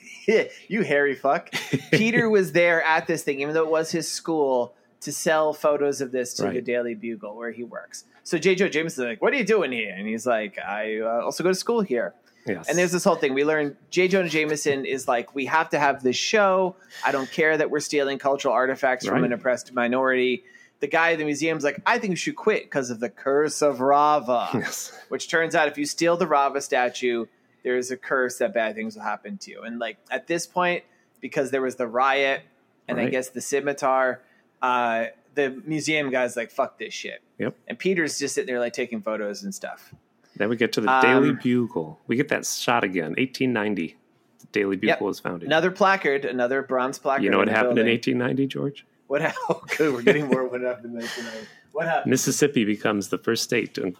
A: you hairy fuck. Peter was there at this thing, even though it was his school, to sell photos of this to the
B: Right.
A: Daily Bugle where he works. So J. Joe James is like, "What are you doing here?" And he's like, "I uh, also go to school here."
B: Yes.
A: And there's this whole thing. We learn J. Jonah Jameson is like, we have to have this show. I don't care that we're stealing cultural artifacts from
B: Right.
A: an oppressed minority. The guy at the museum's like, I think we should quit because of the curse of Rava,
B: Yes.
A: which turns out if you steal the Rava statue, there is a curse that bad things will happen to you. And like at this point, because there was the riot and I
B: Right.
A: guess the scimitar, uh, the museum guy's like, fuck this shit.
B: Yep.
A: And Peter's just sitting there like taking photos and stuff.
B: Then we get to the
A: Um,
B: Daily Bugle. We get that shot again, 1890. The Daily
A: Yep.
B: Bugle was founded.
A: Another placard, another bronze placard.
B: you know
A: in
B: what
A: the
B: happened
A: building.
B: in 1890, George?
A: What happened? Oh, good. We're getting more. What happened? Like, you know, What happened?
B: Mississippi becomes the first state to,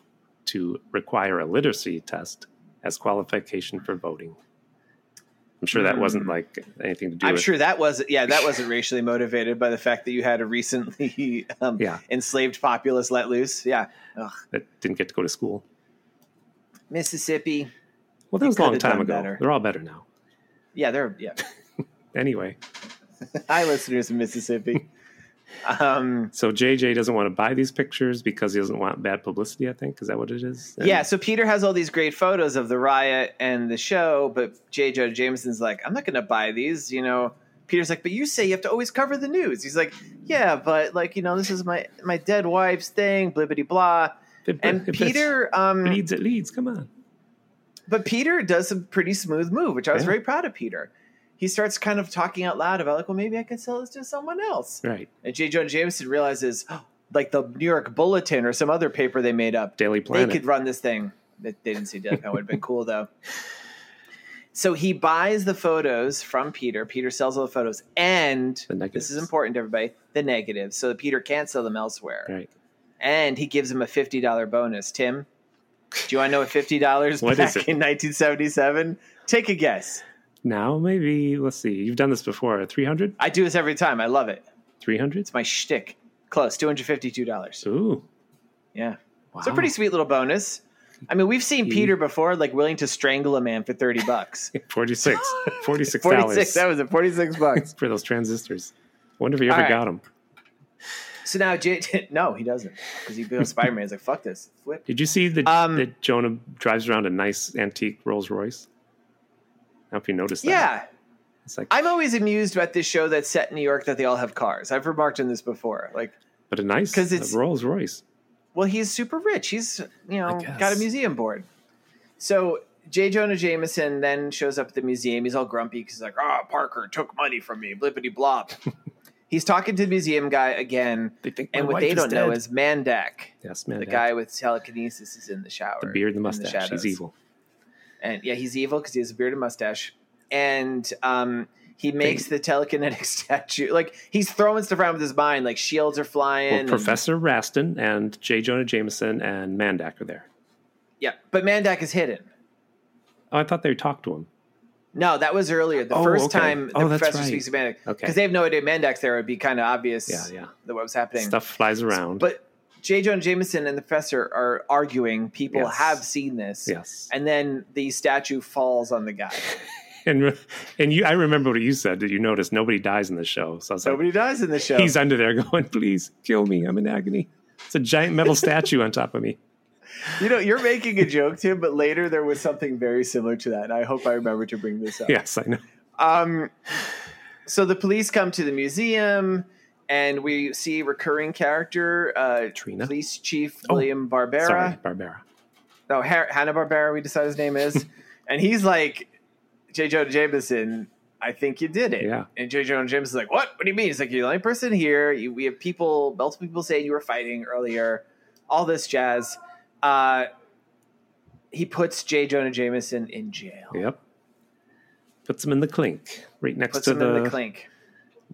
B: to require a literacy test as qualification for voting. I'm sure that wasn't like anything to do
A: Hmm. I'm
B: with
A: sure that was yeah that wasn't racially motivated by the fact that you had a recently um,
B: Yeah.
A: enslaved populace let loose. Yeah, Ugh.
B: that didn't get to go to school.
A: Mississippi.
B: Well, that was a long
A: could've
B: time
A: done
B: ago.
A: better.
B: They're all better now.
A: Yeah, they're yeah.
B: Anyway,
A: Hi, listeners in Mississippi. Um,
B: so JJ doesn't want to buy these pictures because he doesn't want bad publicity, I think. Is that what it is? And
A: yeah, so Peter has all these great photos of the riot and the show, but J. Joe Jameson's like, I'm not going to buy these, you know. Peter's like, but you say you have to always cover the news. He's like, yeah, but like, you know, this is my my dead wife's thing, blibbity blah.
B: if it-
A: And
B: if it's-
A: Peter, um,
B: it leads, it leads. Come on.
A: but Peter does some pretty smooth move, which I was
B: Yeah.
A: very proud of Peter. He starts kind of talking out loud about like, well, maybe I could sell this to someone else.
B: Right.
A: And J. Jonah Jameson realizes, oh, like the New York Bulletin or some other paper they made up,
B: Daily
A: they
B: Planet.
A: could run this thing. They they didn't see Death Pen. Would have been cool though. So he buys the photos from Peter. Peter sells all the photos, and this
B: The
A: is
B: negatives.
A: important to everybody. The negatives, so that Peter can't sell them elsewhere.
B: Right.
A: And he gives him a fifty dollar bonus. Tim, do you want to know what fifty dollars
B: What
A: back
B: is it?
A: in nineteen seventy seven? Take a guess.
B: Now, maybe, let's see. You've done this before. 300?
A: I do this every time. I love it.
B: 300?
A: It's my shtick. Close two hundred fifty two dollars.
B: Ooh.
A: Yeah.
B: Wow.
A: So pretty sweet little bonus. I mean, we've seen Peter before, like willing to strangle a man for thirty bucks.
B: 46. 46
A: 46.
B: dollars
A: That was it. 46 bucks.
B: for those transistors. Wonder if he ever
A: All right.
B: got them.
A: so now, J- no, he doesn't because he built Spider Man. He's like, fuck this. Flip.
B: Did you see that,
A: Um,
B: that Jonah drives around a nice antique Rolls Royce? I don't know if you noticed that.
A: Yeah.
B: It's like,
A: I'm always amused about this show that's set in New York that they all have cars. I've remarked on this before. Like,
B: but a nice
A: 'cause it's-
B: Rolls Royce.
A: well, he's super rich. He's, you know,
B: guess.
A: got a museum board. So J. Jonah Jameson then shows up at the museum. He's all grumpy because he's like, oh, Parker took money from me, blippity blop. he's talking to the museum guy again.
B: They think
A: And what they don't know is Mandak.
B: yes, man,
A: The
B: that-
A: guy with telekinesis is in the shower.
B: the beard, and the
A: in
B: mustache.
A: shadows.
B: He's evil.
A: And yeah, he's evil because he has a beard and mustache. And um, he makes the telekinetic statue. Like he's throwing stuff around with his mind. Like shields are flying.
B: Well,
A: and-
B: Professor Raston and J. Jonah Jameson and Mandak are there.
A: yeah, but Mandak is hidden.
B: Oh, I thought they talked to him.
A: No, that was earlier. The
B: Oh,
A: first
B: okay.
A: time the
B: Oh, that's
A: professor
B: right.
A: speaks to Mandak, because
B: Okay.
A: they have no idea Mandak's there, it'd be kind of obvious.
B: Yeah, yeah.
A: That what was happening.
B: Stuff flies around.
A: But J. Jonah Jameson and the professor are arguing. People
B: Yes.
A: have seen this.
B: yes,
A: And then the statue falls on the guy.
B: and and you, I remember what you said that you noticed nobody dies in the show. So I was
A: Nobody dies in the show.
B: like, he's under there going, "Please kill me, I'm in agony." It's a giant metal statue on top of me.
A: You know, you're making a joke, Tim, but later there was something very similar to that. And I hope I remember to bring this up.
B: Yes, I know.
A: Um, so the police come to the museum, and we see recurring character uh,
B: Trina?
A: police chief
B: Oh,
A: William Barbera.
B: Sorry, Barbara.
A: No, Har- Hanna Barbera. We decide his name is, and he's like J. Jonah Jameson. I think you did it.
B: Yeah.
A: And J. Jonah Jameson's like, what? What do you mean? He's like, you're the only person here. You, we have people, multiple people saying you were fighting earlier. All this jazz. Uh, he puts J. Jonah Jameson in jail.
B: Yep. Puts him in the clink, right next
A: Puts
B: to
A: him
B: the,
A: in the clink.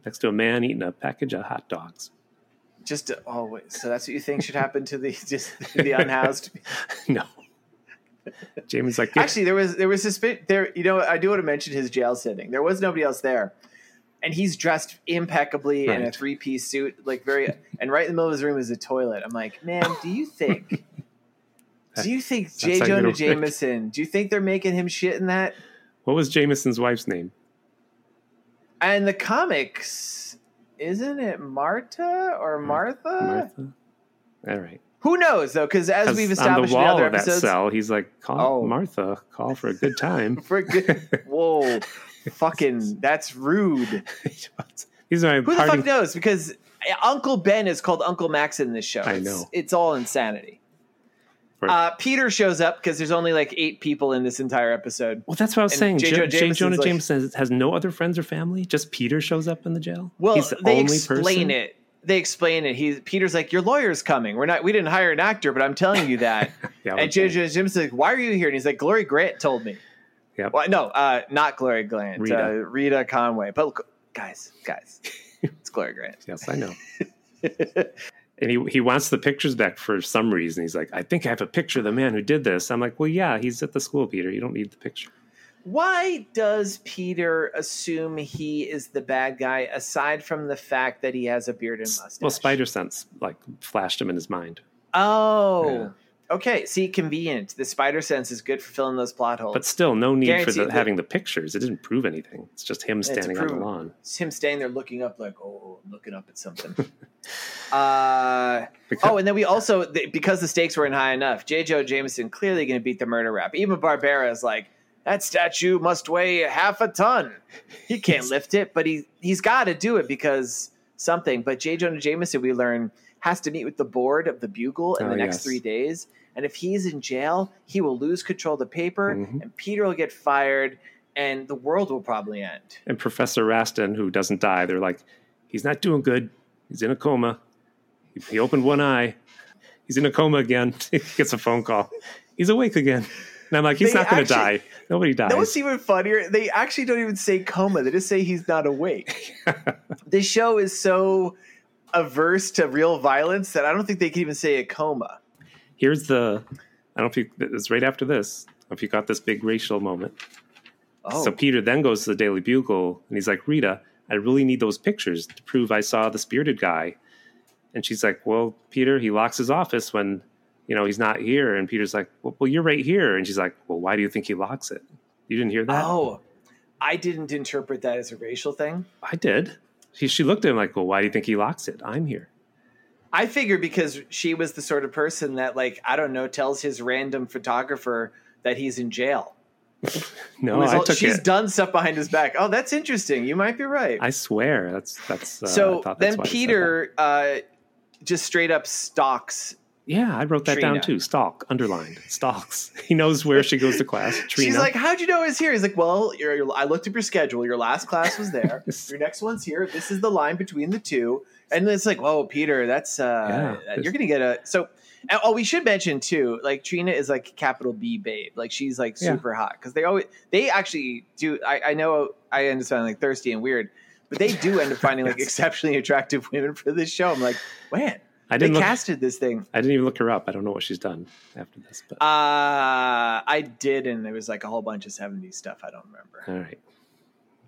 B: next to a man eating a package of hot dogs.
A: Just to, oh, wait, so that's what you think should happen to the just the unhoused?
B: no. Jamie's like, "Yeah,
A: Actually, there was there was suspi- there. You know, I do want to mention his jail sitting. There was nobody else there, and he's dressed impeccably in a
B: Right.
A: three piece suit, like very. and right in the middle of his room is a toilet. I'm like, man, do you think? do you think J.
B: how you
A: Jonah
B: know it.
A: Jameson? Do you think they're making him shit in that?
B: what was Jameson's wife's name?
A: And the comics, isn't it Marta or Martha?
B: Martha? All right.
A: Who knows though? Because as we've
B: on the
A: established in
B: wall
A: other
B: of that
A: episodes,
B: cell, he's like, call
A: Oh.
B: Martha, call for a good time.
A: for good. Whoa, fucking, that's rude.
B: These are
A: Who the
B: party.
A: fuck knows? Because uh, Uncle Ben is called Uncle Max in this show.
B: I
A: It's-
B: know.
A: It's, all insanity.
B: Right.
A: Uh, Peter shows up because there's only like eight people in this entire episode.
B: Well, that's what I was
A: And
B: saying.
A: J.
B: J.
A: Jonah
B: J.
A: Jameson's
B: Jonah
A: like-
B: Jameson has, has no other friends or family. Just Peter shows up in the jail.
A: Well,
B: he's the
A: they
B: only
A: explain
B: person.
A: it. They explain it. He Peter's like, your lawyer's coming. We're not. We didn't hire an actor, but I'm telling you that.
B: Yeah,
A: and
B: okay.
A: J. Jonah Jameson's like, why are you here? And he's like, Glory Grant told me.
B: Yep.
A: Well, no, uh, not Glory Grant.
B: Rita.
A: Uh, Rita Conway. But look, guys, guys, it's Glory Grant.
B: Yes, I know. and he, he wants the pictures back for some reason. He's like, I think I have a picture of the man who did this. I'm like, well, yeah, he's at the school, Peter. You don't need the picture.
A: Why does Peter assume he is the bad guy aside from the fact that he has a beard and mustache?
B: Well, spider sense like flashed him in his mind.
A: Oh. Okay, see, convenient. The spider sense is good for filling those plot holes.
B: But still, no need for
A: Guaranteed
B: the,
A: that-
B: having the pictures. It didn't prove anything. It's just him standing on the
A: prove-
B: lawn.
A: it's him standing there looking up, like, oh, I'm looking up at something. uh,
B: Because-
A: oh, and then we also, th- because the stakes weren't high enough, J. Joe Jameson clearly going to beat the murder rap. Even Barbera is like, that statue must weigh half a ton. He can't lift it, but he, he's got to do it because something. But J. Jonah Jameson, we learn, has to meet with the board of the Bugle in
B: Oh,
A: the next
B: yes.
A: three days. And if he's in jail, he will lose control of the paper,
B: Mhm.
A: and Peter will get fired, and the world will probably end.
B: and Professor Raston, who doesn't die, they're like, he's not doing good. He's in a coma. He, he opened one eye. He's in a coma again. he gets a phone call. He's awake again. And I'm like, he's
A: They
B: not going to
A: actually-
B: die. Nobody dies.
A: That was even funnier. They actually don't even say coma. They just say he's not awake. this show is so averse to real violence that I don't think they can even say a coma.
B: Here's the. I don't know if you. It's right after this. I don't know If you got this big racial moment.
A: Oh,
B: So Peter then goes to the Daily Bugle and he's like, Rita, I really need those pictures to prove I saw the spirited guy. And she's like, Well, Peter, he locks his office when, you know, he's not here. And Peter's like, Well, well you're right here. And she's like, Well, why do you think he locks it? You didn't hear that?
A: oh, I didn't interpret that as a racial thing.
B: I did. She, she looked at him like, Well, why do you think he locks it? I'm here.
A: I figured because she was the sort of person that, like, I don't know, tells his random photographer that he's in jail.
B: No,
A: Who's
B: I
A: Oh, all-
B: took
A: she's
B: it.
A: done stuff behind his back. Oh, that's interesting. You might be right.
B: I swear. That's, that's, uh, I
A: so
B: thought that's
A: then
B: why he said
A: Peter uh, just straight up stalks
B: that. Yeah, I wrote that down
A: Trina.
B: too. Stalk, underlined. Stalks. He knows where she goes to class. Trina.
A: She's like, "How'd you know I was here?" He's like, "Well, you're, you're- I looked up your schedule. Your last class was there. your next one's here. This is the line between the two. And it's like, "Whoa, Peter, that's uh,
B: Yeah.
A: you're gonna get a so." And, oh, we should mention too, like Trina is like capital B babe. Like she's like
B: Yeah.
A: super hot because they always they actually do. I, I know I end up sounding like thirsty and weird, but they do end up finding like exceptionally attractive women for this show. I'm like, man,
B: I
A: they
B: didn't look
A: casted this thing.
B: I didn't even look her up. I don't know what she's done after this. But
A: Uh, I did, and it was like a whole bunch of '70s stuff. I don't remember.
B: all right,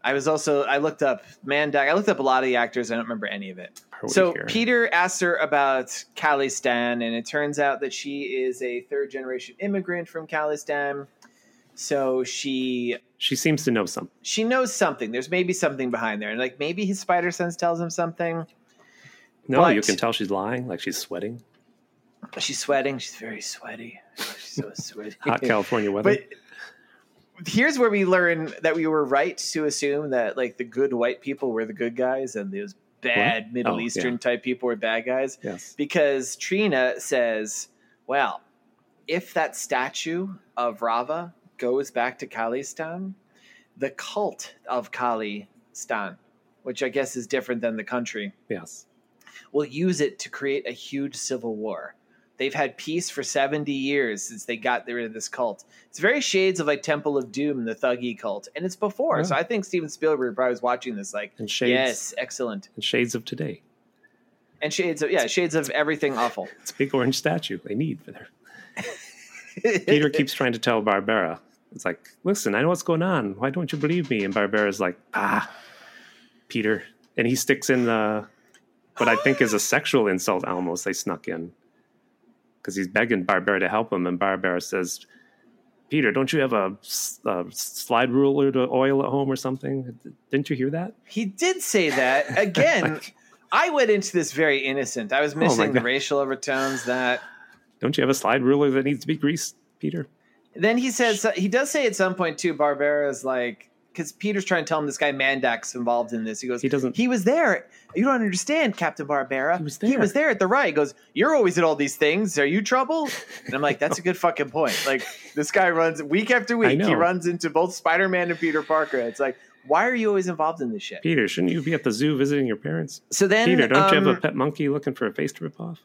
A: I was also I looked up Mandak. I looked up a lot of the actors. I don't remember any of it.
B: Her
A: so
B: way here.
A: Peter asks her about Khalistan, and it turns out that she is a third generation immigrant from Khalistan. So she
B: she seems to know something.
A: she knows something. There's maybe something behind there, and like maybe his spider sense tells him something.
B: No,
A: But-
B: you can tell she's lying. Like she's sweating.
A: She's sweating. She's very sweaty. She's so sweaty.
B: Hot California weather.
A: but here's where we learn that we were right to assume that like the good white people were the good guys and those bad middle
B: Oh, yeah.
A: eastern type people were bad guys
B: yes.
A: because trina says well if that statue of rava goes back to khalistan the cult of khalistan which i guess is different than the country
B: Yes.
A: will use it to create a huge civil war. They've had peace for 70 years since they got rid of this cult. It's very shades of like Temple of Doom, the Thuggy cult, and it's before.
B: Yeah.
A: So I think Steven Spielberg probably was watching this like,
B: And shades.
A: yes, excellent,
B: and shades of today.
A: and shades of yeah, shades of everything awful.
B: It's a big orange statue they need for their. Peter keeps trying to tell Barbara. It's like, listen, I know what's going on. Why don't you believe me? And Barbara's like, ah, Peter. And he sticks in the, what I think is a sexual insult almost they snuck in. Because he's begging Barbara to help him. And Barbara says, Peter, don't you have a, s- a slide ruler to oil at home or something? Didn't you hear that?
A: He did say that
B: Oh
A: again. I went into this very innocent. I was missing the
B: God.
A: racial overtones that.
B: Don't you have a slide ruler that needs to be greased, Peter?
A: Then he says he does say at some point too. Barbera's like because Peter's trying to tell him this guy Mandak's involved in this. He goes,
B: He doesn't-
A: He was there. You don't understand, Captain Barbera.
B: He was
A: He was
B: there."
A: there at the riot. He goes, you're always at all these things. Are you trouble? And I'm like, that's a good fucking point. Like this guy runs week after week. He
B: know.
A: runs into both Spider Man and Peter Parker. It's like, why are you always involved in this shit?
B: Peter, shouldn't you be at the zoo visiting your parents?
A: So then,
B: Peter, don't you
A: um, oh,
B: have a pet monkey looking for a face to rip off?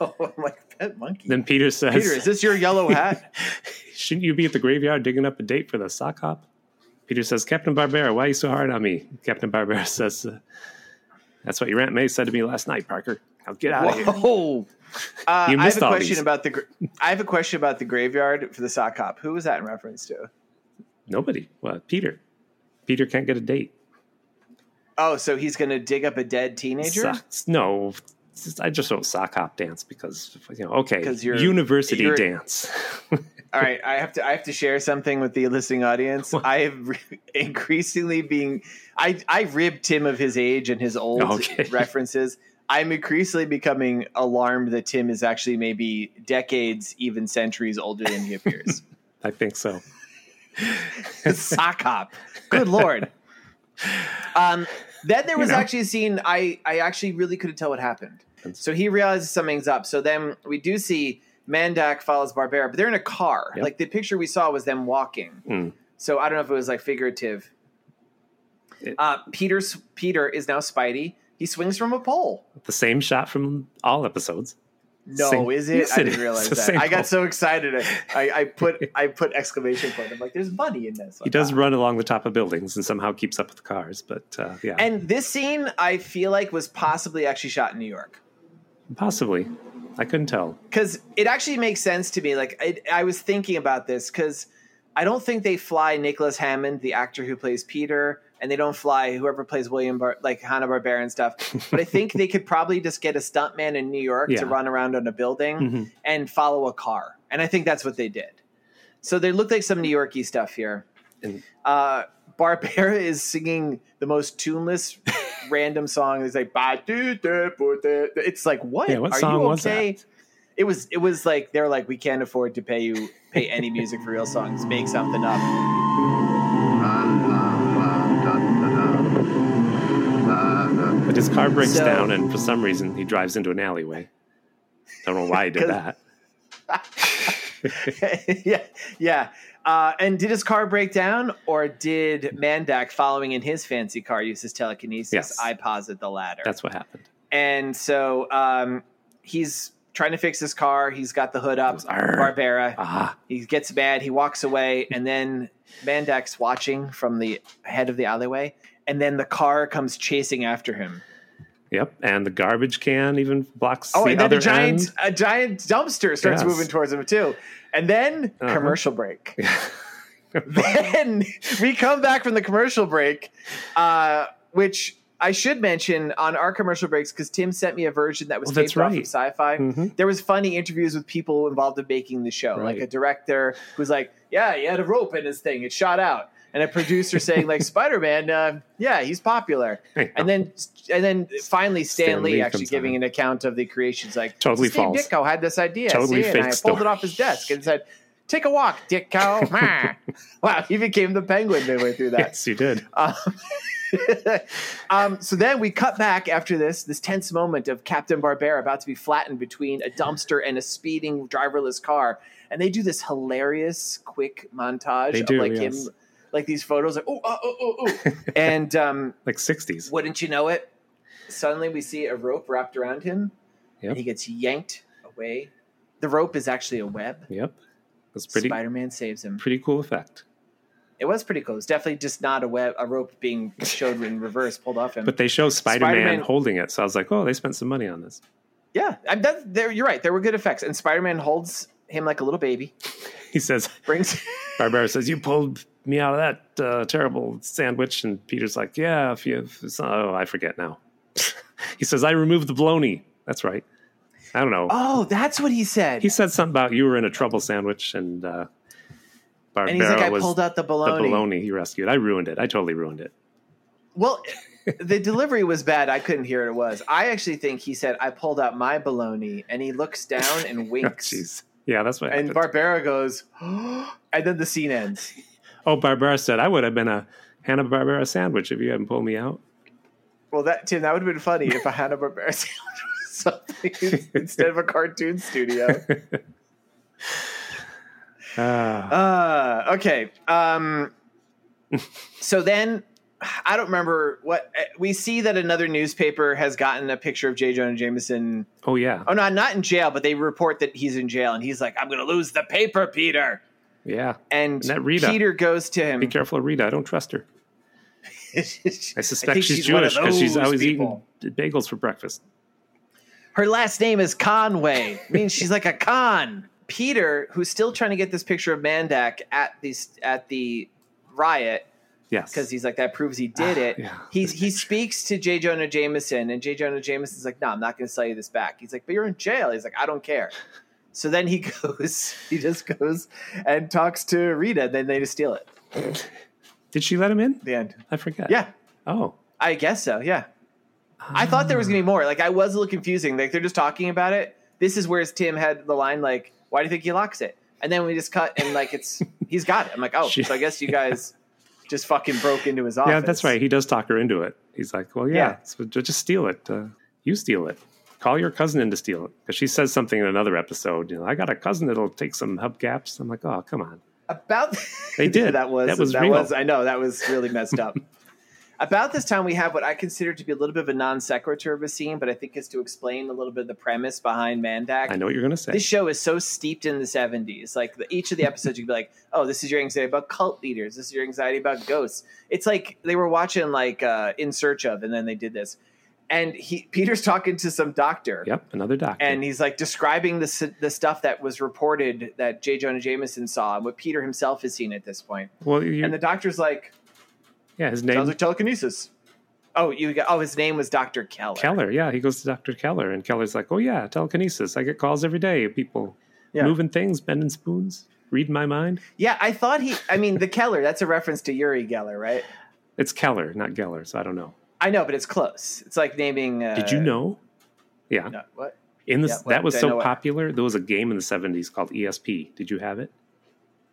A: I'm like pet monkey?
B: Then Peter says,
A: Peter, is this your yellow hat?
B: Shouldn't you be at the graveyard digging up a date for the sock hop? Peter says, Captain Barbera, why are you so hard on me? Captain Barbera says, uh, That's what your Aunt May said to me last night, Parker. Now get out of here.
A: Whoa! Uh,
B: You
A: I have
B: missed
A: a
B: all
A: question
B: these.
A: about the. gra- I have a question about the graveyard for the sock hop. Who was that in reference to?
B: Nobody. Well, Peter. Peter can't get a date.
A: Oh, so he's going to dig up a dead teenager.
B: Socks- No, it's just- I just wrote sock hop dance because, you know, okay,
A: 'Cause you're-
B: university
A: you're-
B: dance.
A: All right, I have to. I have to share something with the listening audience. I have re- increasingly being. I I ribbed Tim of his age and his old
B: Okay.
A: references. I'm increasingly becoming alarmed that Tim is actually maybe decades, even centuries older than he appears.
B: I think so.
A: sock hop. Good lord. Um, then there was
B: know.
A: actually a scene I I actually really couldn't tell what happened. So he realizes something's up. So then we do see Mandak follows Barbera, but they're in a car.
B: Yep.
A: Like the picture we saw was them walking.
B: Mm.
A: So I don't know if it was like figurative.
B: It-
A: Uh, Peter's Peter is now Spidey. He swings from a pole.
B: The same shot from all episodes.
A: No,
B: Same-
A: is it?
B: Yes,
A: I
B: it
A: didn't
B: is.
A: realize
B: It's the
A: that.
B: same
A: I
B: pole.
A: got so excited. I, I put I put exclamation point. I'm like, there's money in this.
B: He does run along the top of buildings and somehow keeps up with the cars, but uh, yeah,
A: And this scene, I feel like, was possibly actually shot in New York
B: possibly. I couldn't tell.
A: because it actually makes sense to me. Like, I, I was thinking about this because I don't think they fly Nicholas Hammond, the actor who plays Peter, and they don't fly whoever plays William, Bar- like Hanna Barbera and stuff. But I think they could probably just get a stuntman in New York
B: Yeah.
A: to run around on a building
B: Mhm.
A: and follow a car, and I think that's what they did. So they look like some New Yorkie stuff here.
B: And-
A: uh, Barbera is singing the most tuneless random song. It's like "Ba do da bo da." It's like what?
B: Yeah, what
A: Are
B: song
A: you
B: was
A: okay? It was it was like they're like we can't afford to pay you pay any music for real songs. Make something up.
B: But his car breaks
A: So-
B: down, and for some reason, he drives into an alleyway. I don't know why he did
A: 'Cause-
B: that.
A: yeah, yeah. Uh, and did his car break down, or did Mandak, following in his fancy car, use his telekinesis?
B: Yes.
A: I posit the latter.
B: That's what happened.
A: and so um, he's trying to fix his car. He's got the hood up.
B: Goes, "Arr."
A: Barbera.
B: Ah,
A: He gets mad. He walks away, and then Mandak's watching from the head of the alleyway, and then the car comes chasing after him.
B: yep. And the garbage can even blocks
A: Oh,
B: the
A: and then
B: other
A: a giant
B: end.
A: a giant dumpster starts
B: Yes.
A: moving towards him too, and then
B: Uh-huh.
A: commercial break. then we come back from the commercial break, uh, which I should mention on our commercial breaks because Tim sent me a version that was
B: Well, Oh, that's
A: taped off of
B: right.
A: Sci-Fi.
B: Mhm.
A: There was funny interviews with people involved in making the show, like
B: Right.
A: a director who's like, "Yeah, he had a rope in his thing; it shot out." And a producer saying like Spider-Man, uh, yeah, he's popular. And then, and then finally, Stan,
B: Stan
A: Lee
B: Lee
A: actually
B: comes
A: giving
B: on.
A: an account of the creations. Like
B: Totally
A: Steve
B: false.
A: Ditko had this idea,
B: Totally
A: see, and I
B: fake
A: pulled it
B: story.
A: off his desk and said, "Take a walk, Ditko." Meh. wow, he became the Penguin midway through that.
B: yes, you did.
A: Um, um, so then we cut back after this this tense moment of Captain Barbera about to be flattened between a dumpster and a speeding driverless car, and they do this hilarious quick montage
B: They
A: of
B: do,
A: like
B: yes.
A: him, like these photos, like oh oh oh oh, and um,
B: Like 60s.
A: wouldn't you know it? Suddenly we see a rope wrapped around him,
B: Yep.
A: and he gets yanked away. The rope is actually a web.
B: Yep. That's pretty
A: Spider-Man saves him.
B: pretty cool effect.
A: It was pretty cool. It's definitely just not a web, a rope being showed in reverse, pulled off him.
B: But they show Spider Man
A: Spider-Man-
B: holding it, so I was like, oh, they spent some money on this.
A: yeah, I'm, that, there, you're right. There were good effects, and Spider-Man holds him like a little baby.
B: He says,
A: Brings
B: Barbara says, you pulled me out of that uh, terrible sandwich, and Peter's like, yeah, if you, if it's not, oh, I forget now. he says, I removed the baloney. That's right. I don't know.
A: oh, that's what he said.
B: He said something about you were in a trouble sandwich, and uh, Barbara
A: and he's like, I
B: was
A: pulled out the
B: the
A: baloney.
B: baloney he rescued. I ruined it. I totally ruined it.
A: Well, the delivery was bad. I couldn't hear what it was. I actually think he said, I pulled out my baloney, and he looks down and
B: Oh,
A: winks.
B: Jeez. yeah, that's what.
A: and
B: happened.
A: Barbara goes, and then the scene ends.
B: oh, Barbara said, I would have been a Hanna Barbera sandwich if you hadn't pulled me out.
A: Well, that Tim, that would have been funny if a Hanna Barbera sandwich was something instead of a cartoon studio.
B: Ah.
A: Uh, okay. Um, so then, I don't remember what eh, we see that another newspaper has gotten a picture of J. Jonah Jameson.
B: oh yeah,
A: Oh no, not in jail, but they report that he's in jail, and he's like, "I'm going to lose the paper, Peter."
B: yeah.
A: And,
B: And that Rita.
A: Peter goes to him.
B: Be careful, of Rita. I don't trust her.
A: I
B: I suspect
A: think
B: she's,
A: one of
B: Jewish because she's
A: those
B: always
A: people.
B: eating bagels for breakfast.
A: Her last name is Conway. It means she's like a con. Peter, who's still trying to get this picture of Mandak at the at the riot,
B: Yes,
A: because he's like that proves he did
B: Ah,
A: it.
B: yeah,
A: He's he speaks to J. Jonah Jameson, and J. Jonah Jameson's like, "No, I'm not going to sell you this back." He's like, "But you're in jail." He's like, "I don't care." So then he goes, he just goes and talks to Rita. Then they just steal it.
B: did she let him in?
A: The end.
B: I forget.
A: Yeah,
B: Oh,
A: I guess so. Yeah. I thought there was
B: Ah.
A: gonna be more. Like I was a little confusing. Like they're just talking about it. This is where Tim had the line like, "Why do you think he locks it?" And then we just cut and like it's he's got it. I'm like, oh,
B: She-
A: so I guess you guys just fucking broke into his office.
B: yeah, that's right. He does talk her into it. He's like, well, yeah,
A: Yeah.
B: so ju- just steal it. Uh, you steal it. Call your cousin in to steal it because she says something in another episode. You know, I got a cousin that'll take some hubcaps. I'm like, oh, come on.
A: About
B: They did.
A: that was
B: That was real.
A: I know that was really messed up. About this time, we have what I consider to be a little bit of a non sequitur of a scene, but I think it's to explain a little bit of the premise behind Mandak.
B: I know what you're gonna say.
A: this show is so steeped in the 70s like the, each of the episodes you'd be like oh this is your anxiety about cult leaders this is your anxiety about ghosts it's like they were watching like uh, in search of and then they did this and he peter's talking to some doctor
B: Yep, another doctor.
A: and he's like describing the, s- the stuff that was reported that j jonah jameson saw and what peter himself has seen at this point
B: well, you,
A: and the doctor's like
B: yeah, his name
A: sounds like telekinesis oh you got, oh his name was dr keller
B: Keller. Yeah, he goes to Dr. Keller, and Keller's like, "Oh yeah, telekinesis. I get calls every day. of People
A: Yeah.
B: moving things, bending spoons, reading my mind."
A: yeah i thought he i mean the keller that's a reference to yuri geller right
B: It's Keller, not Geller, so I don't know.
A: I know, but it's close. It's like naming. Uh,
B: Did you know? Yeah,
A: No, what?
B: in this
A: yeah, what-
B: that was
A: I know
B: so
A: what-
B: popular. There was a game in the '70s called ESP. Did you have it?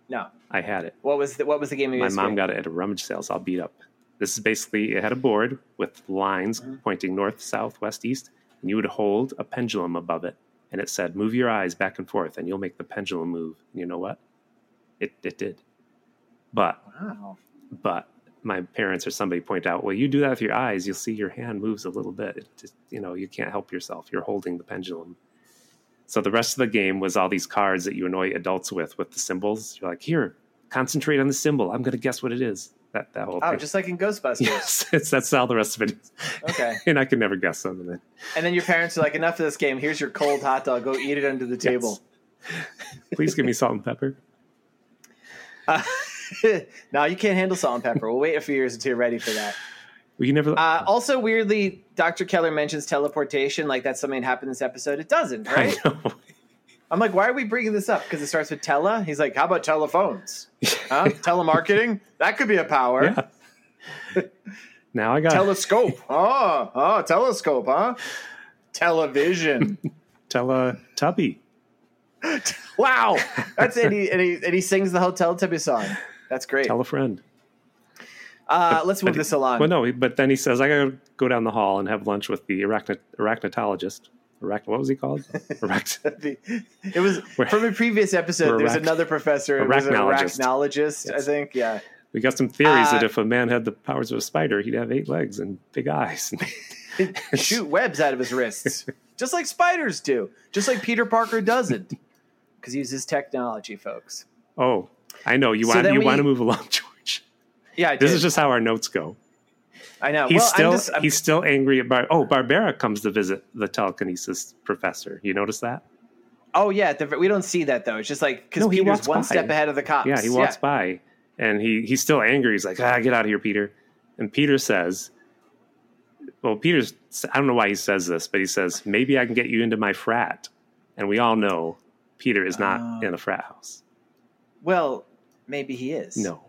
A: No.
B: I had it.
A: What was the What was the game? you
B: My
A: guys
B: mom
A: played?
B: got it at a rummage sale, so I'll beat up. This is basically it had a board with lines
A: Mm-hmm.
B: pointing north, south, west, east, and you would hold a pendulum above it, and it said, "Move your eyes back and forth, and you'll make the pendulum move." And you know what? It it did. But
A: Wow.
B: but my parents or somebody point out, well, you do that with your eyes, you'll see your hand moves a little bit. It just, you know, you can't help yourself. You're holding the pendulum. So the rest of the game was all these cards that you annoy adults with, with the symbols. You're like, here, concentrate on the symbol. I'm going to guess what it is. That that whole
A: Oh,
B: thing.
A: just like in Ghostbusters.
B: yes, it's, that's all the rest of it is.
A: Okay.
B: and I can never guess some of it.
A: And then your parents are like, "Enough of this game. Here's your cold hot dog. Go eat it under the table."
B: Please give me salt and pepper.
A: no, you can't handle salt and pepper. We'll wait a few years until you're ready for that.
B: Well, you never.
A: Uh, also, weirdly, Dr. Keller mentions teleportation. Like that's something that happened this episode. It doesn't,
B: I
A: right?
B: know.
A: I'm like, why are we bringing this up? Because it starts with tele. He's like, how about telephones? Huh? Telemarketing? That could be a power.
B: Yeah. now I got
A: telescope. Oh, oh, telescope, huh? Television.
B: tele tubby.
A: wow, that's and he, and he and he sings the Hotel Tibby song. That's great.
B: Tell a friend.
A: Uh, let's move
B: But-
A: this along.
B: Well, no, but then he says, I gotta go down the hall and have lunch with the arachno- arachnatologist. Arachn- what was he called? Arach-
A: The- it was
B: We're-
A: from a previous episode.
B: we're
A: There was
B: arach-
A: another professor. It was an
B: arachnologist.
A: arachnologist, I
B: Yes.
A: think. Yeah.
B: we got some theories that
A: Uh,
B: if a man had the powers of a spider, he'd have eight legs and big eyes.
A: Shoot webs out of his wrists. just like spiders do, just like Peter Parker doesn't, because he uses technology, folks.
B: Oh, I know. You
A: So
B: want
A: then
B: you
A: we-
B: want to move along, George.
A: Yeah, I
B: This
A: did.
B: is just how our notes go.
A: I know.
B: He's
A: well,
B: still
A: I'm just, I'm,
B: he's still angry at Bar. Oh, Barbara comes to visit the telekinesis professor. You notice that?
A: oh yeah, at the, we don't see that though. It's just like because
B: No, he
A: Peter's
B: walks
A: one
B: by.
A: step ahead of the cops.
B: Yeah, he walks by and he he's still angry. He's like, ah, get out of here, Peter. And Peter says, well, Peter's I don't know why he says this, but he says maybe I can get you into my frat. And we all know Peter is not
A: Oh.
B: in a frat house.
A: Well, maybe he is.
B: No.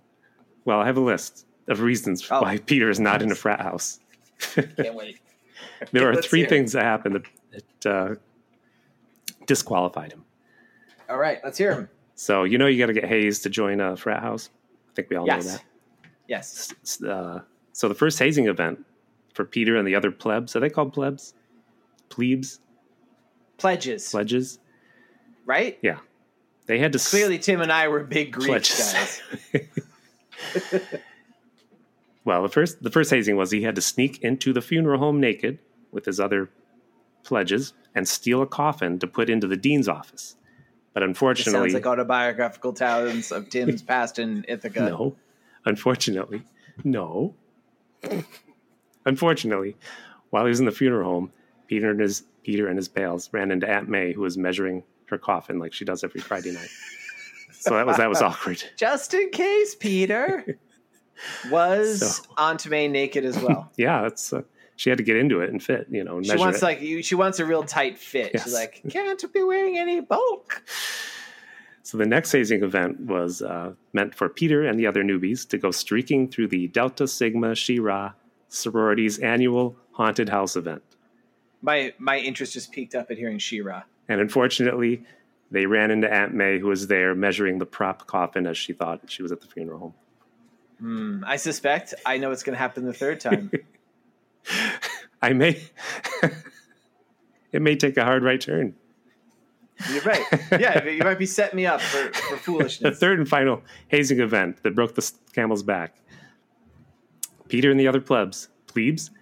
B: Well, I have a list of reasons
A: Oh.
B: why Peter is not in a frat house.
A: can't wait.
B: There are
A: Let's
B: three
A: hear it.
B: things that happened that, that uh, disqualified him.
A: All right, let's hear him.
B: So you know you got to get Hayes to join a frat house. I think we all know
A: Yes,
B: that.
A: yes.
B: S- Uh, so the first hazing event for Peter and the other plebs. Are they called plebs? Plebes,
A: Pledges,
B: pledges.
A: right?
B: Yeah, they had to s-
A: Clearly, Tim and I were big Greek
B: Pledges.
A: guys.
B: Well, the first the first hazing was he had to sneak into the funeral home naked with his other pledges and steal a coffin to put into the dean's office. But
A: It
B: unfortunately,
A: sounds like autobiographical talents of Tim's past in Ithaca.
B: No, unfortunately, no. unfortunately, while he was in the funeral home, Peter and his Peter and his pals ran into Aunt May, who was measuring her coffin like she does every Friday night. so that was that was awkward.
A: Just in case, Peter was
B: So-
A: Aunt May naked as well.
B: Yeah, that's uh, she had to get into it and fit, you know, and
A: She
B: measure
A: wants
B: it.
A: like you, she wants a real tight fit.
B: Yes.
A: She's like, can't be wearing any bulk.
B: So the next hazing event was uh, meant for Peter and the other newbies to go streaking through the Delta Sigma Chi Ra sorority's annual haunted house event.
A: My my interest just peaked up at hearing Shira.
B: And unfortunately, they ran into Aunt May, who was there measuring the prop coffin as she thought she was at the funeral home.
A: Hmm, I suspect I know what's going to happen the third time.
B: I may. it may take a hard right turn.
A: You're right. Yeah, you might be setting me up for, for
B: The
A: foolishness.
B: third and final hazing event that broke the s- camel's back. Peter and the other plebs, plebes,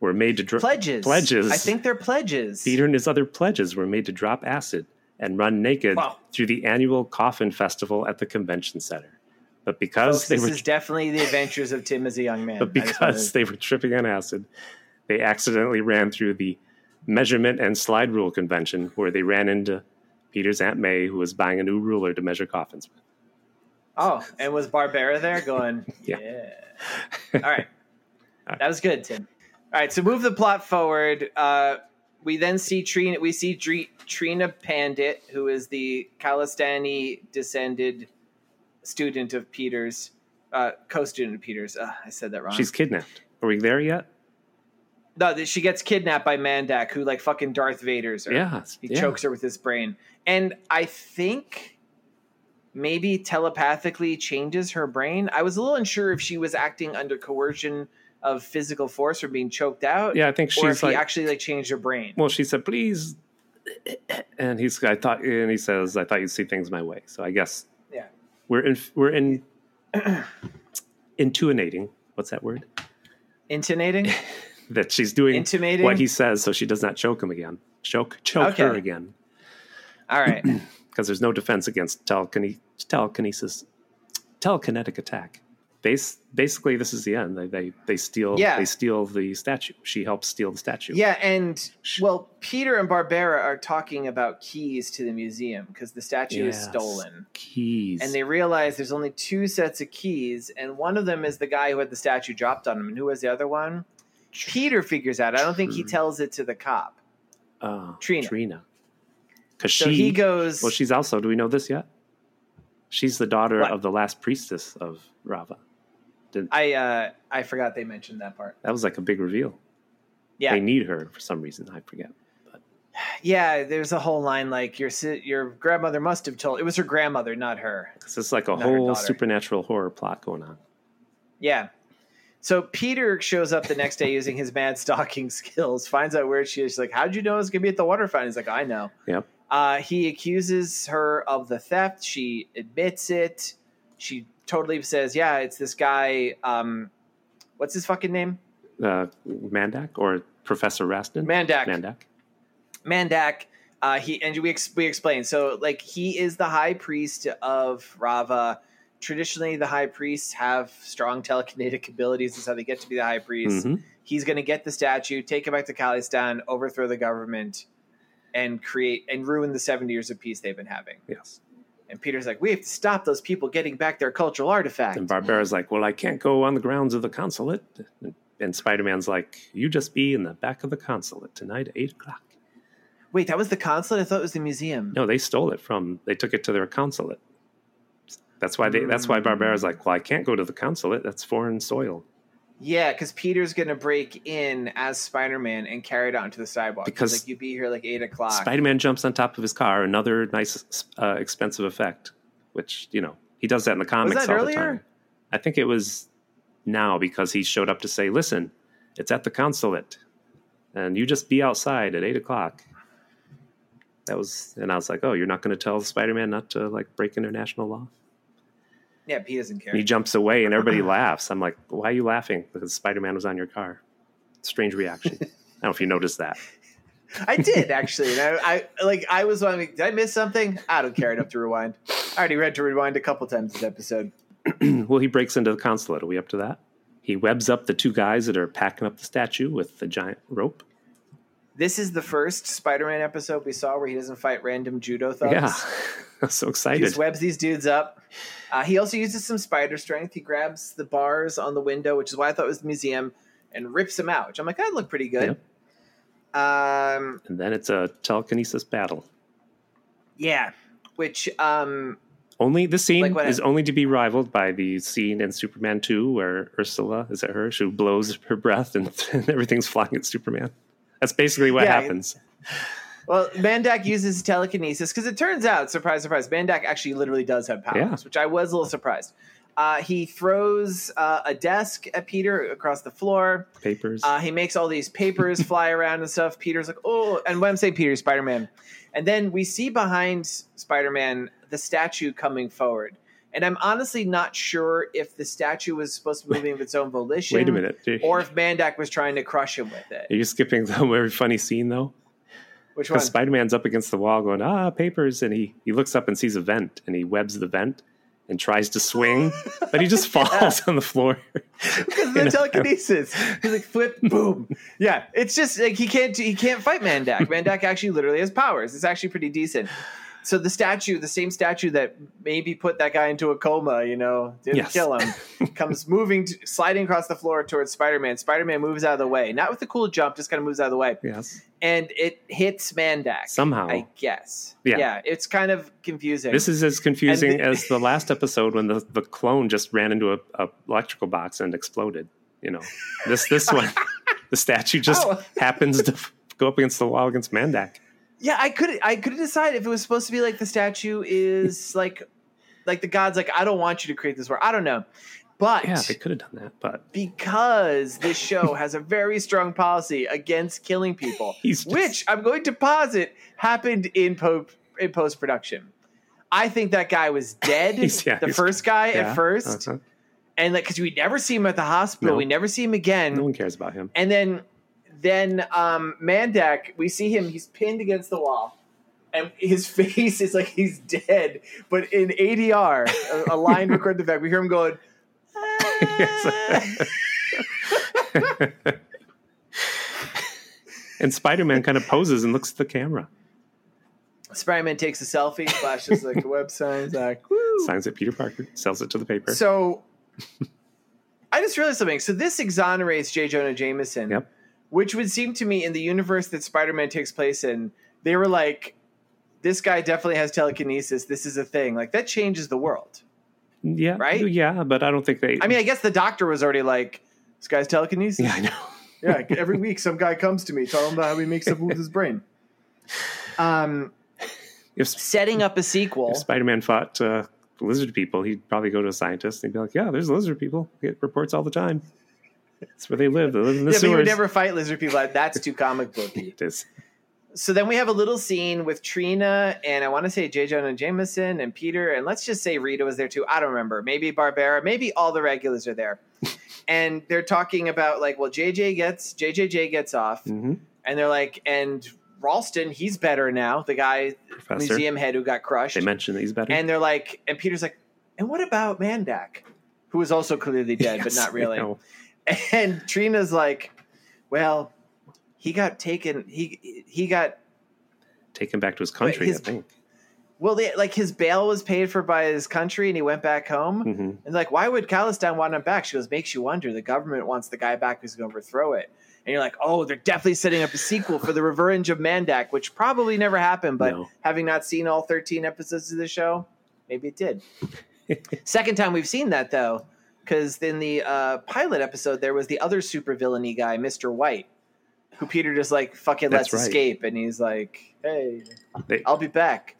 B: were made to dr-
A: Pledges.
B: Pledges.
A: I think they're pledges.
B: Peter and his other pledges were made to drop acid and run naked
A: Wow.
B: through the annual coffin festival at the convention center. But because
A: Folks,
B: they
A: this
B: were
A: is definitely the adventures of Tim as a young man.
B: but
A: I just wanted
B: because they were tripping on acid, they accidentally ran through the measurement and slide rule convention where they ran into Peter's Aunt May, who was buying a new ruler to measure coffins with.
A: Oh, and was Barbara there going,
B: Yeah.
A: yeah. All right. That was good, Tim. All right, so move the plot forward. Uh, we then see Trina we see Dre- Trina Pandit, who is the Kalistani descended student of Peter's uh, co-student of Peter's. Uh, I said that wrong.
B: She's kidnapped. Are we there yet?
A: no, that she gets kidnapped by Mandak, who like fucking Darth Vader's her.
B: Yeah.
A: He
B: yeah.
A: chokes her with his brain. And I think maybe telepathically changes her brain. I was a little unsure if she was acting under coercion of physical force from being choked out.
B: Yeah, I think
A: Or if
B: she's
A: he
B: like,
A: actually like changed her brain.
B: well, she said, please. And he's, I thought, and he says, I thought you'd see things my way. So I guess
A: Yeah.
B: we're in, we're in, intuinating. What's that word?
A: Intonating?
B: That she's doing
A: Intimating?
B: what he says so she does not choke him again. Choke, choke
A: Okay.
B: her again.
A: All right.
B: because there's no defense against telekine- telekinesis, telekinetic attack. Bas- basically, this is the end. They they, they steal
A: Yeah.
B: they steal the statue. She helps steal the statue.
A: Yeah, and well, Peter and Barbara are talking about keys to the museum because the statue is
B: Yes.
A: stolen.
B: keys.
A: And they realize there's only two sets of keys, and one of them is the guy who had the statue dropped on him. And who was the other one? Peter figures out. I don't think he
B: True.
A: tells it to the cop.
B: uh,
A: Trina.
B: Trina, because
A: So
B: she
A: he goes.
B: well, she's also. Do we know this yet? She's the daughter
A: What?
B: of the last priestess of Rava.
A: I uh, I forgot they mentioned that part.
B: That was like a big reveal.
A: Yeah,
B: They need her for some reason. I forget.
A: yeah. There's a whole line like your si- your grandmother must have told. It was her grandmother, not her.
B: 'Cause it's like a
A: Not her
B: whole
A: daughter.
B: supernatural horror plot going on.
A: Yeah. So Peter shows up the next day using his mad stalking skills. Finds out where she is. She's like, "How'd you know I was gonna be at the water fountain?" He's like, "I know."
B: Yep.
A: Uh, he accuses her of the theft. She admits it. She totally says, "Yeah, it's this guy. Um, what's his fucking name?
B: Uh, Mandak or Professor Rastin?
A: Mandak.
B: Mandak.
A: Mandak. Uh, he and we ex- we explained so like he is the high priest of Rava. Traditionally, the high priests have strong telekinetic abilities. That's how they get to be the high priest.
B: Mhm.
A: He's going to get the statue, take it back to Khalistan, overthrow the government, and create and ruin the seventy years of peace they've been having.
B: Yes.
A: And Peter's like, we have to stop those people getting back their cultural artifact.
B: And Barbara's like, Well, I can't go on the grounds of the consulate. And Spider Man's like, You just be in the back of the consulate tonight at 8 o'clock.
A: Wait, that was the consulate. I thought it was the museum.
B: No, they stole it from, they took it to their consulate. That's why they, that's why Barbara's like, Well, I can't go to the consulate. That's foreign soil.
A: Yeah, because Peter's gonna break in as Spider-Man and carry it out into the sidewalk. He's
B: Because
A: like you be here like eight o'clock.
B: Spider Man jumps on top of his car, another nice, uh, expensive effect, which, you know, he does that in the comics
A: that
B: all
A: earlier?
B: the time. I think it was now because he showed up to say, listen, it's at the consulate and you just be outside at eight o'clock. That was, and I was like, oh, you're not going to tell Spider Man not to like break international law?
A: yeah, Pete doesn't care.
B: And he jumps away and everybody laughs. I'm like, why are you laughing? Because Spider Man was on your car. Strange reaction. I don't know if you noticed that.
A: I did actually. And I, I like I was wondering, did I miss something? I don't care enough to rewind. I already read to rewind a couple times this episode.
B: well, he breaks into the consulate. Are we up to that? He webs up the two guys that are packing up the statue with the giant rope.
A: This is the first Spider-Man episode we saw where he doesn't fight random judo thugs.
B: Yeah. I was so
A: He
B: excited.
A: just webs these dudes up. Uh, he also uses some spider strength. He grabs the bars on the window, which is why I thought it was the museum, and rips them out. Which I'm like, that looked pretty good. Um,
B: and then it's a telekinesis battle.
A: yeah. Which um,
B: Only the scene
A: Like what
B: is only to be rivaled by the scene in Superman 2 where Ursula, is it her? She blows her breath and, and everything's flying at Superman. That's basically what
A: Yeah,
B: happens.
A: Well, Mandak uses telekinesis because it turns out, surprise, surprise, Mandak actually literally does have powers,
B: Yeah.
A: which I was a little surprised. Uh, he throws uh, a desk at Peter across the floor.
B: Papers.
A: Uh, he makes all these papers fly around and stuff. Peter's like, oh, and when I'm saying Peter, Spider Man. And then we see behind Spider Man the statue coming forward. And I'm honestly not sure if the statue was supposed to be moving of its own volition.
B: Wait a minute.
A: Or if Mandak was trying to crush him with it.
B: Are you skipping the very funny scene though?
A: Which one?
B: Because Spider Man's up against the wall going, ah, papers. And he, he looks up and sees a vent and he webs the vent and tries to swing, but he just falls on the floor.
A: because of the telekinesis. He's like flip, boom. Yeah, it's just like he can't he can't fight Mandak. Mandak actually literally has powers. It's actually pretty decent. So the statue, the same statue that maybe put that guy into a coma, you know, didn't
B: Yes.
A: kill him, comes moving, to, sliding across the floor towards Spider Man. Spider Man moves out of the way, not with a cool jump, just kind of moves out of the way,
B: yes.
A: and it hits Mandak
B: Somehow.
A: I guess.
B: Yeah.
A: it's kind of confusing.
B: This is as confusing
A: And the-
B: as the last episode when the, the clone just ran into a, a electrical box and exploded. You know, this this one, the statue just
A: Oh.
B: happens to go up against the wall against Mandak.
A: Yeah, I could I couldn't decide if it was supposed to be like the statue is like like the god's like, I don't want you to create this world. I don't know. But
B: Yeah, they could have done that, but
A: because this show has a very strong policy against killing people,
B: He's just-
A: which I'm going to posit happened in po- in post production. I think that guy was dead,
B: He's- yeah,
A: the
B: he's-
A: first guy
B: yeah,
A: at 1st
B: uh-huh.
A: and like because we never see him at the hospital,
B: No.
A: we never see him again.
B: no one cares about him.
A: And then then um Mandak, we see him, he's pinned against the wall. And his face is like he's dead, but in ADR, a, a line recorded the fact, we hear him going,
B: Yes. and Spider Man kind of poses and looks at the camera,
A: Spider Man takes a selfie, flashes like the web signs, like, woo.
B: signs it Peter Parker, sells it to the paper.
A: So I just realized something. So this exonerates J. Jonah Jameson,
B: Yep.
A: which would seem to me in the universe that Spider Man takes place in, they were like, this guy definitely has telekinesis. This is a thing. Like, that changes the world.
B: yeah,
A: right?
B: Yeah, but I don't think they.
A: I mean, I guess the doctor was already like, this guy's telekinesis.
B: yeah, I know.
A: Yeah, every week some guy comes to me telling him about how he makes up with his brain. Um,
B: If
A: setting up a sequel.
B: If Spider Man fought uh, lizard people, he'd probably go to a scientist and he'd be like, Yeah, there's lizard people. We get reports all the time. That's where they live. They live in the
A: Yeah, but you would
B: sewers.
A: never fight lizard people. That's too comic booky.
B: It is.
A: So then we have a little scene with Trina and I want to say J. Jonah Jameson and Peter, and let's just say Rita was there too. I don't remember. Maybe Barbara, maybe all the regulars are there. and they're talking about like, well, JJ gets JJJ gets off.
B: Mhm.
A: and they're like, and Ralston, he's better now. The guy,
B: Professor.
A: museum head who got crushed.
B: They mentioned that he's better.
A: and they're like, and Peter's like, and what about Mandak, who was also clearly dead, but
B: Yes,
A: not
B: I
A: really.
B: know.
A: And Trina's like, well, he got taken. He he got
B: Take him back to his country,
A: his-
B: I think.
A: well, they, like his bail was paid for by his country, and he went back home.
B: hmm
A: And like, why would Khalistan want him back? She goes, makes you wonder. The government wants the guy back who's going to overthrow it. And you're like, oh, they're definitely setting up a sequel for the Revenge of Mandak, which probably never happened. But
B: No.
A: having not seen all 13 episodes of the show, maybe it did. Second time we've seen that though, because in the uh, pilot episode there was the other super villainy guy, Mister White, who Peter just like fucking
B: That's
A: lets
B: right.
A: escape, and he's like, "Hey,
B: They-
A: I'll be back."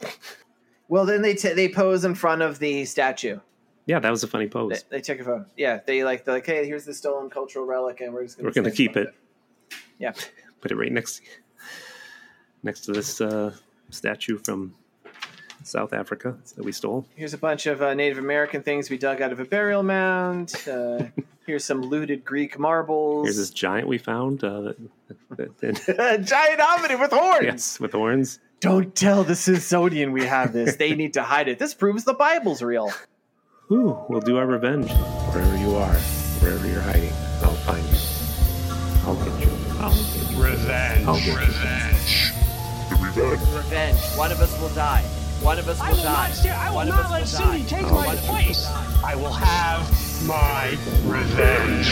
A: Well, then they t- they pose in front of the statue.
B: Yeah, that was a funny
A: They,
B: pose.
A: they took a photo. Yeah, they like they're like, hey, here's the stolen cultural relic, and we're just gonna
B: We're going to
A: stand
B: keep
A: in
B: it.
A: front of it.
B: Put it right next next to this uh, statue from South Africa that we stole.
A: Yeah, here's a bunch of uh, Native American things we dug out of a burial mound. Uh, here's some looted Greek marbles.
B: Here's this giant we found. Uh, that, that-
A: a giant hominid with horns.
B: yes, with horns.
A: Don't tell the Sisodian we have this. They need to hide it. This proves the Bible's real.
B: Whew, we'll do our revenge. Wherever you are, wherever you're hiding, I'll find you. I'll get you. I'll get you.
D: Revenge.
B: I'll get you.
D: Revenge.
A: Revenge. One of us will die. One of us will
D: I will
A: die.
D: not, sta- I will
A: One of
D: not
A: us
D: let
A: will
D: Cindy
A: die.
D: take
B: Oh.
D: my place. I will have my revenge.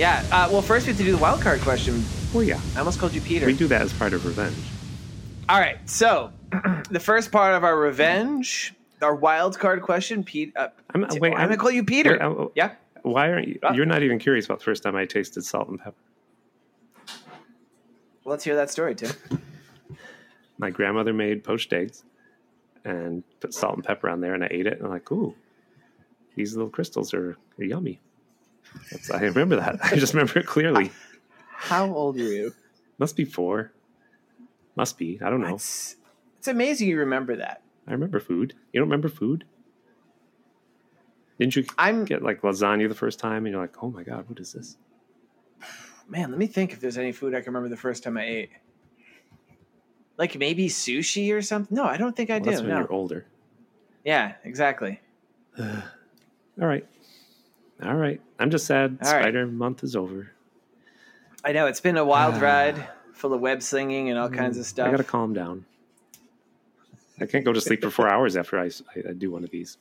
A: Yeah. Uh, well, first we have to do the wild card question.
B: Well, yeah,
A: I almost called you Peter.
B: we do that as part of revenge.
A: All right. So, the first part of our revenge, our wild card question, Pete. Uh,
B: I'm-
A: t-
B: wait,
A: I'm
B: I'm-
A: gonna call you Peter.
B: wait, oh, I'm-
A: yeah.
B: Why aren't you?
A: Ah.
B: You're not even curious about the first time I tasted salt and pepper.
A: Well, let's hear that story, Tim.
B: My grandmother made poached eggs and put salt and pepper on there, and I ate it. And I'm like, ooh, these little crystals are, are yummy. That's, I remember that. I just remember it clearly.
A: How old are you?
B: Must be four. Must be. I don't know.
A: It's, it's amazing you remember that.
B: I remember food. You don't remember food? Didn't you
A: I'm
B: get like lasagna the first time and you're like, oh my God, what is this?
A: Man, let me think if there's any food I can remember the first time I ate. Like maybe sushi or something. No, I don't think I
B: Well, that's
A: do.
B: when
A: No.
B: you're older.
A: Yeah, exactly.
B: All right. All right. I'm just sad
A: All right.
B: Spider Month is over.
A: I know it's been a wild ride, full of web slinging and all kinds of
B: Ah. Mm. I
A: stuff.
B: got to calm down. I can't go to sleep for four hours after I, I, I do one of these.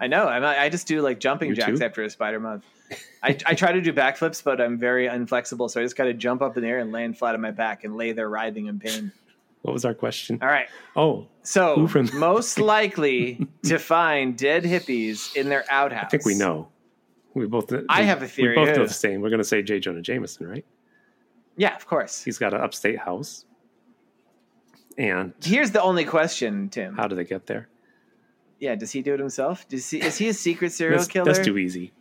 A: I know. I'm, I just do like jumping
B: You
A: jacks
B: too?
A: after a spider month. I, I try to do backflips, but I'm very inflexible, so I just got to jump up in the air and land flat on my back and lay there writhing in pain.
B: What was our question?
A: All right.
B: Oh,
A: So
B: Who from-
A: most likely to find dead hippies in their outhouse.
B: I think we know. We both. uh,
A: I
B: we-
A: have a theory,
B: We both know
A: yeah.
B: the same. We're going to say J. Jonah Jameson, right?
A: Yeah, of course.
B: He's got an upstate house. And
A: Here's the only question, Tim.
B: how do they get there?
A: Yeah, does he do it himself? Does he, is he a secret serial
B: That's,
A: killer?
B: that's too easy.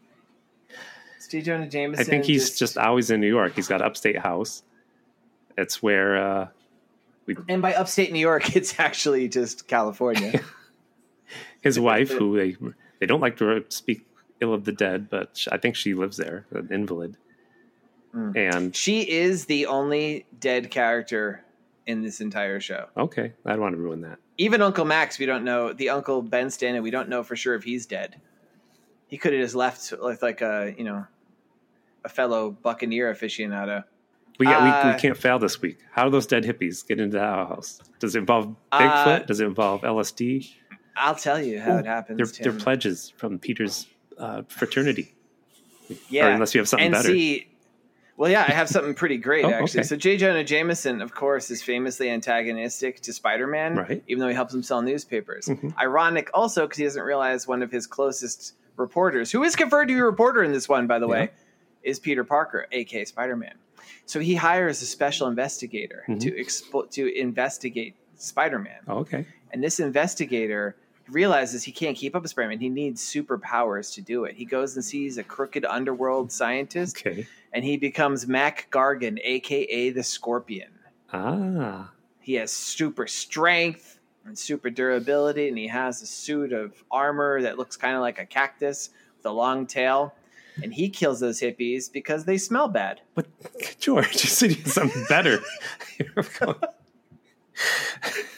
A: Steve Jonah Jameson.
B: I think he's just, always in New York. He's got upstate house. It's where uh,
A: And by upstate New York, it's actually just California.
B: his wife, who they they don't like to speak ill of the dead, but sh I think she lives there, an invalid.
A: Hmm.
B: And
A: she is the only dead character in this entire show.
B: okay, I don't want to ruin that.
A: Even Uncle Max, we don't know the Uncle Ben Stanley. We don't know for sure if he's dead. He could have just left with like a you know a fellow Buccaneer aficionado.
B: But yeah, we,
A: Uh,
B: we can't fail this week. How do those dead hippies get into our house? Does it involve
A: Uh,
B: Bigfoot? Does it involve LSD?
A: I'll tell you how it happens.
B: They're,
A: Tim.
B: they're pledges from Peter's uh, fraternity.
A: Yeah.
B: unless you have something
A: and
B: better.
A: See, well, yeah, I have something pretty great,
B: Oh,
A: actually.
B: okay.
A: So, J. Jonah Jameson, of course, is famously antagonistic to Spider Man,
B: Right. Mm-hmm.
A: even though he helps him sell newspapers. Ironic also because he doesn't realize one of his closest reporters, who is confirmed to be a reporter in this one, by the way, is Peter Parker, aka Spider Man. So, he hires a special investigator
B: Mm-hmm.
A: to, expo- to investigate Spider Man.
B: Oh, okay.
A: And this investigator realizes he can't keep up with Spider-Man. He needs superpowers to do it. He goes and sees a crooked underworld scientist,
B: Okay.
A: and he becomes Mac Gargan, aka the Scorpion.
B: Ah.
A: He has super strength and super durability, and he has a suit of armor that looks kind of like a cactus with a long tail. and he kills those hippies because they smell bad.
B: But George, you said you had something better. You're going-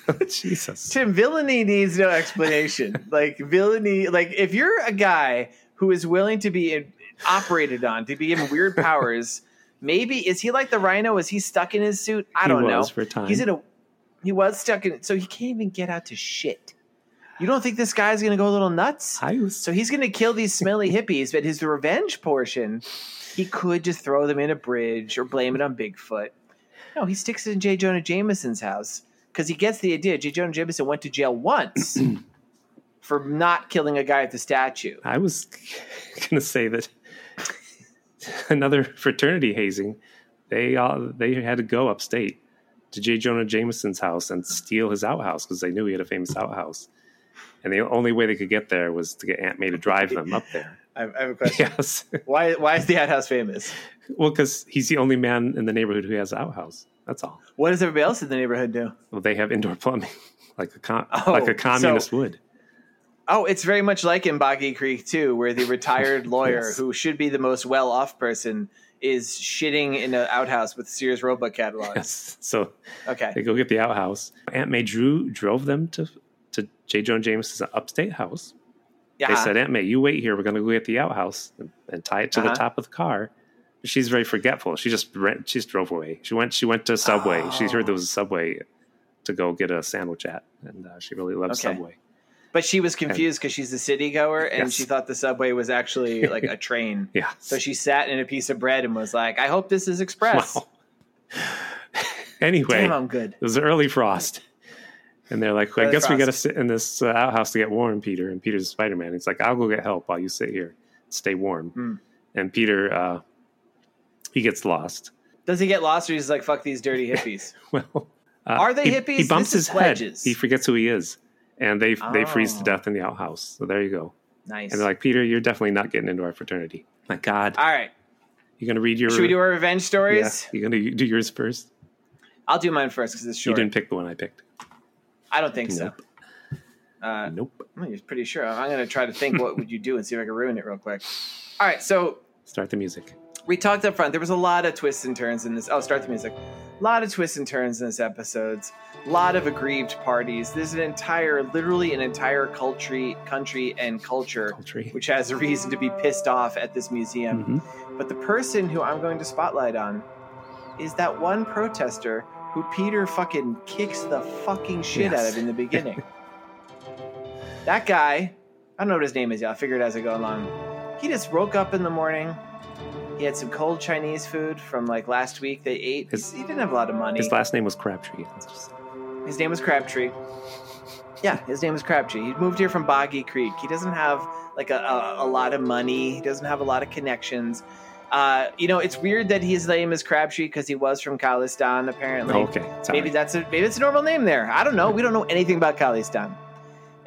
B: Oh, Jesus.
A: Tim, villainy needs no explanation. like villainy, like if you're a guy who is willing to be in, operated on to be given weird powers, maybe is he like the rhino? Is he stuck in his suit? I
B: He
A: don't know.
B: was for a time.
A: He's in a he was stuck in, so he can't even get out to shit. You don't think this guy's gonna go a little nuts?
B: I was
A: So he's going to kill these smelly hippies, but his revenge portion, he could just throw them in a bridge or blame it on Bigfoot. No, he sticks it in J. Jonah Jameson's house because he gets the idea. J. Jonah Jameson went to jail once for not killing a guy at the statue.
B: I was going to say that another fraternity hazing. They all they had to go upstate to J. Jonah Jameson's house and steal his outhouse because they knew he had a famous outhouse. And the only way they could get there was to get Aunt May to drive them up there.
A: I I have a question.
B: Yes,
A: Why, why is the outhouse famous?
B: well, because he's the only man in the neighborhood who has an outhouse. That's all.
A: What does everybody else in the neighborhood do?
B: Well, they have indoor plumbing, like a con-
A: Oh,
B: like a
A: so-
B: communist would.
A: Oh, it's very much like in Boggy Creek too, where the retired lawyer
B: Yes.
A: who should be the most well-off person is shitting in an outhouse with Sears Roebuck catalogs.
B: Yes. So
A: Okay.
B: They go get the outhouse. Aunt May drew drove them to to J. Joan James's upstate house.
A: Yeah.
B: They said, Aunt May, you wait here. We're going to go get the outhouse and, and tie it to
A: Uh-huh.
B: the top of the car. She's very forgetful. She just ran, she just drove away. She went she went to Subway. She heard there was a
A: Oh.
B: Subway to go get a sandwich at, and uh, she really loved
A: Okay.
B: Subway.
A: But she was confused because she's a city goer and
B: Yes.
A: she thought the subway was actually like a train.
B: Yeah.
A: So she sat in a piece of bread and was like, I hope this is express.
B: Wow. anyway,
A: Damn, I'm good.
B: It was early frost. And they're like, I
A: Early
B: guess we
A: frost.
B: got to sit in this uh, outhouse to get warm, Peter. And Peter's Spider Man. He's like, I'll go get help while you sit here. Stay warm.
A: Hmm.
B: And Peter, uh, he gets lost.
A: Does he get lost or he's like, fuck these dirty hippies?
B: Well, uh,
A: Are they
B: he,
A: hippies?
B: He bumps
A: This is
B: his head.
A: wedges.
B: He forgets who he is. And they they freeze
A: Oh.
B: to death in the outhouse. So there you go.
A: nice.
B: And they're like, Peter, you're definitely not getting into our fraternity. My God.
A: All right.
B: You're going to read your.
A: Should we do our revenge
B: yeah,
A: stories?
B: You're going to do yours first?
A: I'll do mine first because it's
B: You
A: short.
B: didn't pick the one I picked.
A: I don't think so.
B: Nope.
A: Uh,
B: Nope.
A: I'm just pretty sure. I'm going to try to think what would you do and see if I can ruin it real quick. All right. So
B: Start the music.
A: we talked up front. There was a lot of twists and turns in this. Oh, start the music. A lot of twists and turns in this episodes. A lot of aggrieved parties. There's an entire, literally an entire country, country and culture,
B: Poultry.
A: which has a reason to be pissed off at this museum.
B: Mhm.
A: But the person who I'm going to spotlight on is that one protester who Peter fucking kicks the fucking shit out
B: Yes.
A: of in the beginning. that guy, I don't know what his name is. Y'all figure it as I go along. He just woke up in the morning. He had some cold Chinese food from like last week. They ate.
B: His-
A: he didn't have a lot of money.
B: His last name was Crabtree. That's just-
A: His name was Crabtree. Yeah, his name was Crabtree. He moved here from Boggy Creek. He doesn't have like a, a, a lot of money. He doesn't have a lot of connections. Uh, you know, it's weird that his name is Crabtree because he was from Khalistan, apparently.
B: Oh, okay. Sorry.
A: Maybe that's a maybe it's a normal name there. I don't know. We don't know anything about Khalistan.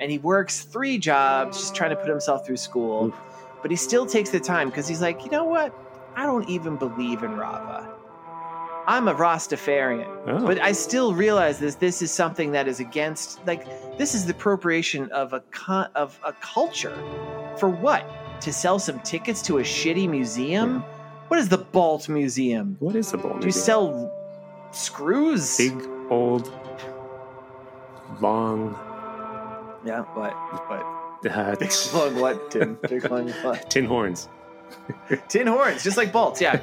A: And he works three jobs, just trying to put himself through school.
B: Oof.
A: But he still takes the time because he's like, you know what? I don't even believe in Rava. I'm a Rastafarian.
B: Oh.
A: But I still realize this. This is something that is against, like, this is the appropriation of a con- of a culture. For what? To sell some tickets to a shitty museum? What is the Balt Museum?
B: what is the bowl?
A: Do you sell screws?
B: big old long?
A: Yeah. What?
B: Uh,
A: Big long what? Tim? Big long what?
B: tin horns.
A: Tin horns, just like bolts, yeah.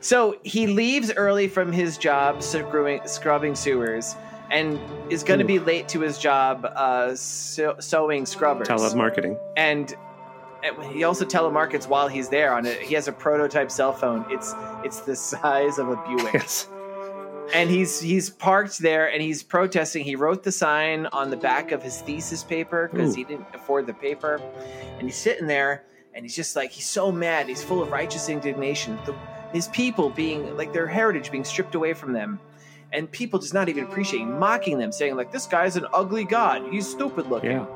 A: so he leaves early from his job scrubbing, scrubbing sewers and is going to be late to his job uh, sew sewing scrubbers.
B: Telemarketing.
A: and and he also telemarkets while he's there on it. He has a prototype cell phone. It's it's the size of a Buick.
B: Yes.
A: and he's he's parked there and he's protesting. He wrote the sign on the back of his thesis paper because
B: Ooh.
A: he didn't afford the paper, and he's sitting there and he's just like he's so mad. He's full of righteous indignation. The, his people being like their heritage being stripped away from them. And people just not even appreciating, mocking them, saying like, "This guy's an ugly god. He's stupid looking."
B: Yeah.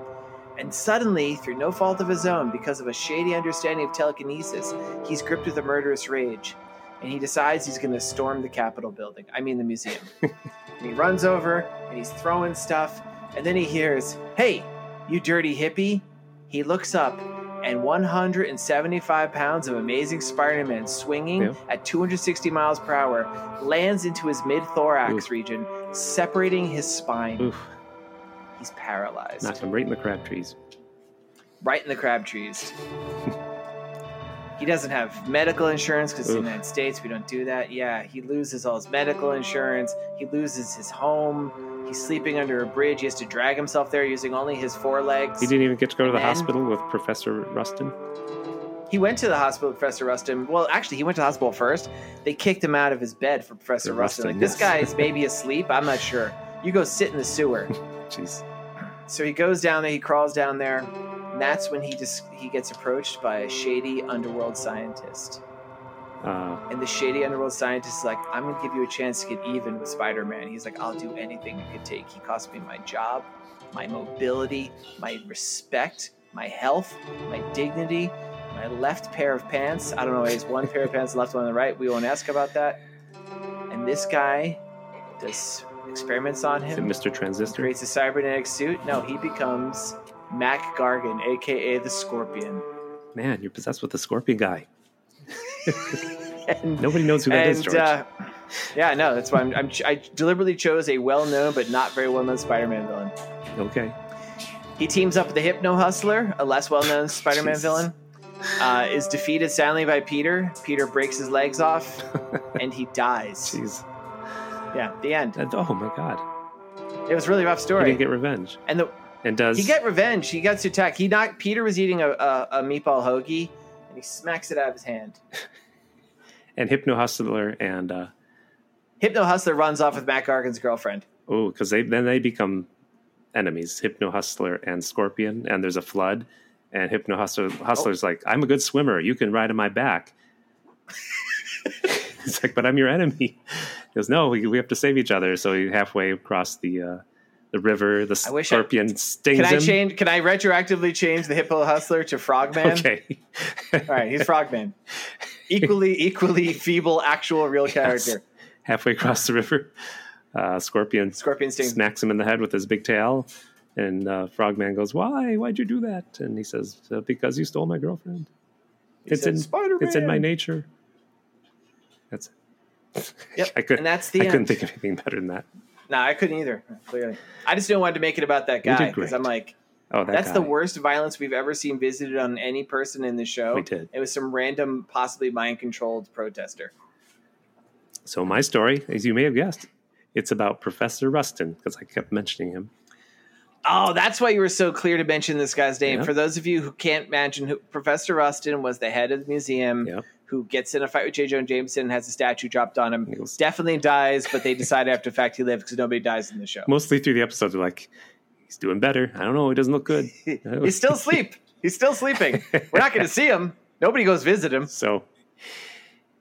A: And suddenly, through no fault of his own, because of a shady understanding of telekinesis, he's gripped with a murderous rage. And he decides he's going to storm the Capitol building. I mean, the museum. and he runs over and he's throwing stuff. And then he hears, Hey, you dirty hippie. He looks up and 175 pounds of amazing Spider Man swinging
B: Yeah.
A: at 260 miles per hour lands into his mid thorax
B: Oof.
A: region, separating his spine.
B: Oof,
A: He's paralyzed.
B: knocked him right in the crab trees.
A: Right in the crab trees. he doesn't have medical insurance because in the
B: Oof.
A: United States we don't do that. Yeah, he loses all his medical insurance. He loses his home. He's sleeping under a bridge. He has to drag himself there using only his four legs.
B: He didn't even get to go to the
A: And-
B: hospital with Professor Rustin.
A: He went to the hospital with Professor Rustin. Well, actually, he went to the hospital first. They kicked him out of his bed for Professor
B: For
A: Rustin.
B: Rustin,
A: Like, this
B: yes.
A: guy is maybe asleep. I'm not sure. You go sit in the sewer.
B: Jeez.
A: so he goes down there. He crawls down there. And that's when he just he gets approached by a shady underworld scientist.
B: Uh,
A: And the shady underworld scientist is like, "I'm going to give you a chance to get even with Spider-Man." He's like, "I'll do anything you could take. He cost me my job, my mobility, my respect, my health, my dignity, my left pair of pants. I don't know. He's one pair of pants, left one on the right. We won't ask about that." And this guy does experiments on
B: is it
A: him,
B: Mr. Transistor?
A: creates a cybernetic suit. No, he becomes Mac Gargan, aka the Scorpion.
B: Man, you're possessed with the scorpion guy.
A: And
B: Nobody knows who that is, George.
A: Uh, yeah, no, that's why I'm, I'm I deliberately chose a well-known but not very well-known Spider-Man villain.
B: okay.
A: He teams up with the Hypno Hustler, a less well-known Spider-Man
B: Jesus.
A: villain. Uh, is defeated soundly by Peter. Peter breaks his legs off, and he dies.
B: Jeez.
A: Yeah, the end.
B: That- oh my God.
A: It was a really rough
B: He
A: story.
B: didn't get revenge.
A: and the,
B: And does
A: he got revenge. He got to attack. He knocked. Peter was eating a, a, a meatball hoagie, and he smacks it out of his hand.
B: and Hypno Hustler and uh,
A: Hypno Hustler runs off with Matt Gargan's girlfriend.
B: oh, because they then they become enemies. Hypno Hustler and Scorpion, and there's a flood, and Hypno Hustler
A: Oh.
B: Hustler's like, "I'm a good swimmer. You can ride on my back." He's like, "But I'm your enemy." He goes, "No, we, we have to save each other." So he halfway across the uh, the river, the
A: I wish I-
B: Scorpion stings
A: Can I
B: him.
A: change? Can I retroactively change the Hypno Hustler to Frogman?
B: Okay,
A: All right, he's Frogman. equally, equally feeble, actual, real character.
B: halfway across the river, uh, Scorpion
A: Scorpion Sting.
B: smacks him in the head with his big tail. And uh, Frogman goes, "Why? Why'd you do that?" And he says, "Uh, "Because you stole my girlfriend.
A: He
B: it's
A: said,
B: in
A: "Spider-Man."
B: It's in my nature." That's it.
A: Yep.
B: I could.
A: and that's the
B: I
A: end.
B: couldn't think of anything better than that.
A: No, I couldn't either. Clearly, I just didn't want to make it about that
B: You did
A: guy because
B: great.
A: I'm like,
B: Oh, that
A: that's the
B: guy.
A: worst violence we've ever seen visited on any person in the show.
B: We did.
A: It was some random, possibly mind-controlled protester.
B: So my story, as you may have guessed, it's about Professor Rustin because I kept mentioning him.
A: Oh, that's why you were so clear to mention this guy's name.
B: Yeah.
A: For those of you who can't imagine, who, Professor Rustin was the head of the museum.
B: Yeah.
A: Who gets in a fight with J. Jonah Jameson and has a statue dropped on him?
B: Yes.
A: Definitely dies, but they decide after the fact he lived because nobody dies in the show.
B: Mostly through the episodes, we're like, "He's doing better. I don't know. He doesn't look good."
A: He's still asleep. He's still sleeping. We're not going to see him. Nobody goes visit him.
B: So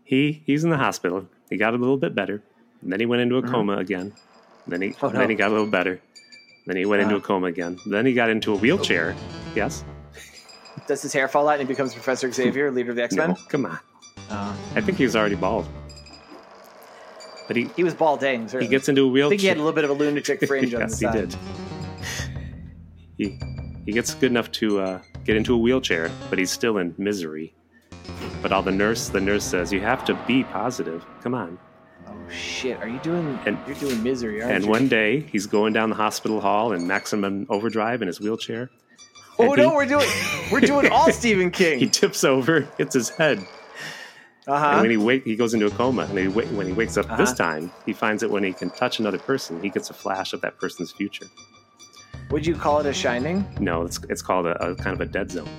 B: he he's in the hospital. He got a little bit better. And then he went into a coma again. And then he
A: Mm-hmm. Oh, no. Ah.
B: then he got a little better. Then he went into a coma again. Then he got into a wheelchair. Yes.
A: Does his hair fall out and he becomes Professor Xavier, leader of the X Men?
B: No, come on.
A: Uh,
B: I think he was already bald. But he
A: he was balding. Certainly.
B: he gets into a
A: I
B: wheelchair.
A: think he had a little bit of a lunatic fringe on the
B: yes,
A: side.
B: he did. He he gets good enough to uh, get into a wheelchair, but he's still in misery. But all the nurse, the nurse says, "You have to be positive. Come on."
A: Oh shit! Are you doing?
B: And-
A: you're doing misery, aren't
B: And
A: you?
B: one day he's going down the hospital hall in maximum overdrive in his wheelchair.
A: oh
B: and
A: no,
B: he-
A: we're doing we're doing all Stephen
B: He
A: King.
B: tips over, hits his head,
A: Uh
B: and
A: huh.
B: when he wake, he goes into a coma. And he wa- when he wakes up this
A: Uh-huh.
B: time, he finds that when he can touch another person, he gets a flash of that person's future.
A: Would you call it a Shining?
B: No, it's it's called a, a kind of a dead zone.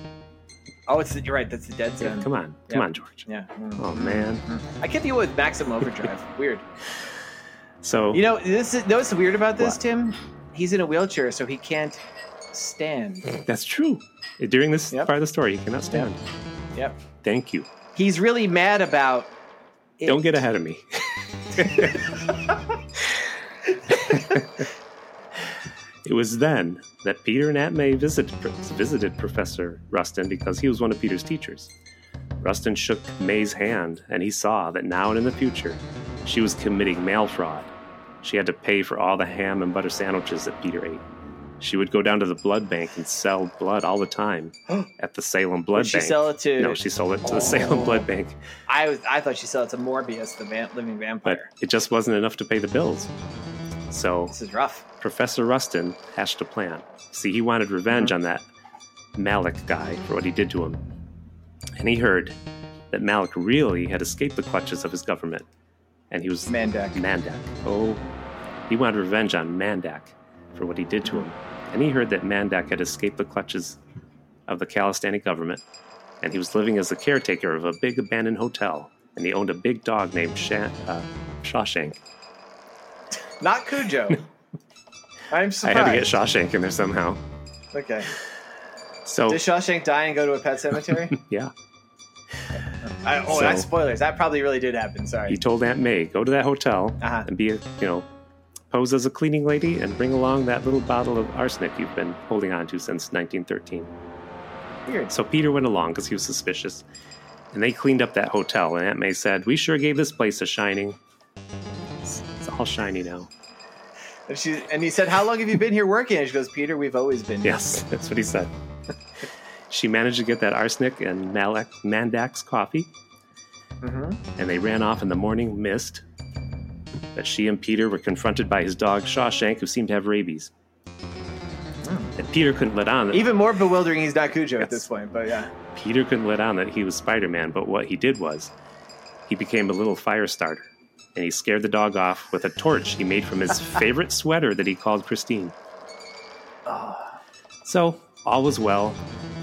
A: Oh, it's the, you're right. That's the Dead Zone.
B: Come on, come
A: Yeah.
B: on, George.
A: Yeah. Mm.
B: Oh man.
A: I can't deal with Maximum Overdrive. Weird.
B: So
A: You know, this is, you know what's weird about this,
B: What?
A: Tim? He's in a wheelchair, so he can't stand.
B: that's true. During this
A: Yep.
B: part of the story, he cannot stand.
A: Yep.
B: Thank you.
A: He's really mad about. It.
B: Don't get ahead of me. it was then that Peter and Aunt May visited, visited Professor Rustin because he was one of Peter's teachers. Rustin shook May's hand, and he saw that now and in the future, she was committing mail fraud. She had to pay for all the ham and butter sandwiches that Peter ate. She would go down to the blood bank and sell blood all the time at the Salem Blood
A: Would she
B: Bank.
A: sell it to-
B: No, she sold it to the Salem Blood Bank,
A: I was I thought she said it's a Morbius, the van, living
B: but
A: vampire.
B: it just wasn't enough to pay the bills. So
A: this is rough.
B: Professor Rustin hatched a plan. See, he wanted revenge on that Malik guy for what he did to him. And he heard that Malik really had escaped the clutches of his government. And he was
A: Mandak.
B: Mandak. Oh, he wanted revenge on Mandak for what he did to him. And he heard that Mandak had escaped the clutches of the Calistani government, and he was living as the caretaker of a big abandoned hotel, and he owned a big dog named Shan- uh, Shawshank.
A: Not Cujo. I'm
B: I
A: surprised.
B: had to get Shawshank in there somehow.
A: Okay.
B: So,
A: Did Shawshank die and go to a pet cemetery?
B: yeah,
A: I, oh,
B: So-
A: that's spoilers. That probably really did happen. Sorry.
B: he told Aunt May, go to that hotel
A: Uh-huh.
B: and be, a, you know, pose as a cleaning lady and bring along that little bottle of arsenic you've been holding on to since 1913.
A: Weird.
B: So Peter went along because he was suspicious. And they cleaned up that hotel, and Aunt May said, We sure gave this place a shining. It's, it's all shiny now.
A: And, she, and he said, How long have you been here working? And she goes, Peter, we've always been here.
B: Yes, that's what he said. she managed to get that arsenic and Malak, Mandak's coffee,
A: Mhm.
B: and they ran off in the morning mist. But she and Peter were confronted by his dog Shawshank, who seemed to have rabies. And Peter couldn't let on that
A: Even more bewildering, he's not Cujo
B: Yes.
A: at this point, but yeah.
B: Peter couldn't let on that he was Spider Man, but what he did was he became a little fire starter and he scared the dog off with a torch he made from his favorite sweater that he called Christine. So, all was well.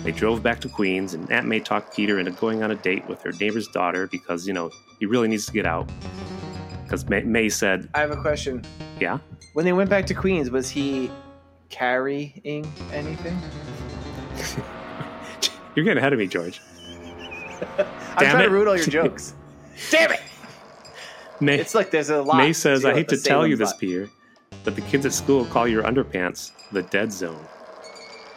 B: They drove back to Queens, and Aunt May talked Peter into going on a date with her neighbor's daughter because, you know, he really needs to get out. Because May, May said,
A: I have a question.
B: Yeah,
A: When they went back to Queens, was he carrying anything?
B: you're getting ahead of me, George.
A: I'm
B: Damn
A: trying
B: it.
A: to root all your jokes. Damn it!
B: May,
A: It's like there's a lot.
B: May says,
A: do
B: I
A: at
B: hate
A: the
B: to tell
A: Salem
B: you this,
A: lot."
B: Peter, but the kids at school call your underpants the dead zone.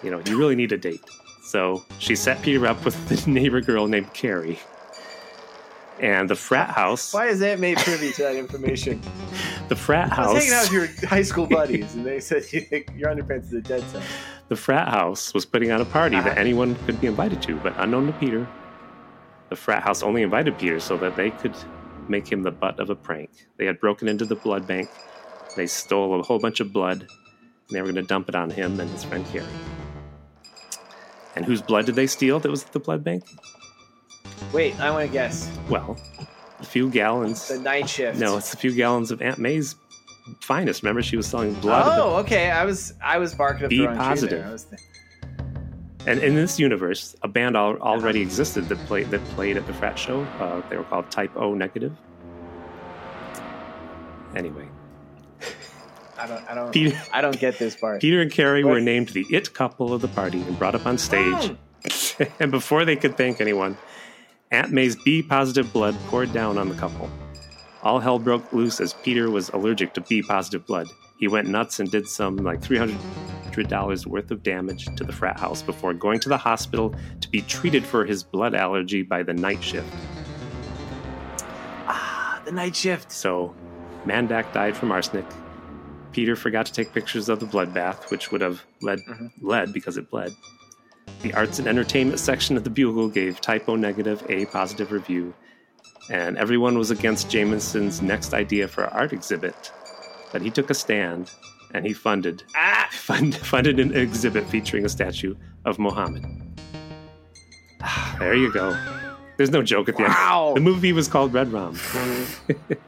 B: You know, you really need a date. So she set Peter up with the neighbor girl named Carrie. And the frat house,
A: Why is Aunt May privy to that information?
B: the frat
A: I was hanging out
B: house,
A: with your high school buddies, and they said you think your underpants is a dead zone.
B: the frat house was putting on a party
A: Uh-huh.
B: that anyone could be invited to, but unknown to Peter, the frat house only invited Peter so that they could make him the butt of a prank. They had broken into the blood bank, they stole a whole bunch of blood, and they were going to dump it on him and his friend Carrie. And whose blood did they steal that was at the blood bank?
A: Wait, I want to guess.
B: Well, a few gallons.
A: The night shift.
B: No, it's a few gallons of Aunt May's finest. Remember, she was selling blood. at the
A: Oh, okay. I was I was barking up
B: Be
A: the wrong tree
B: positive.
A: there. I was th-
B: And in this universe, a band al- already existed that played that played at the frat show. Uh, they were called Type O Negative. Anyway,
A: I don't I don't
B: Peter-
A: I don't get this part.
B: Peter and Carrie were
A: What?
B: named the it couple of the party and brought up on stage. and before they could thank anyone, Aunt May's B positive blood poured down on the couple. All hell broke loose as Peter was allergic to B positive blood. He went nuts and did some like $300 worth of damage to the frat house before going to the hospital to be treated for his blood allergy by the night shift.
A: Ah, the night shift.
B: So, Mandak died from arsenic. Peter forgot to take pictures of the bloodbath, which would have led
A: Mhm.
B: led because it bled. The arts and entertainment section of the Bugle gave typo negative a positive review, and everyone was against Jameson's next idea for an art exhibit. But he took a stand, and he funded
A: Ah,
B: fund, funded an exhibit featuring a statue of Mohammed. Ah, There you go. There's no joke at the
A: Wow.
B: end. The movie was called Red Rum.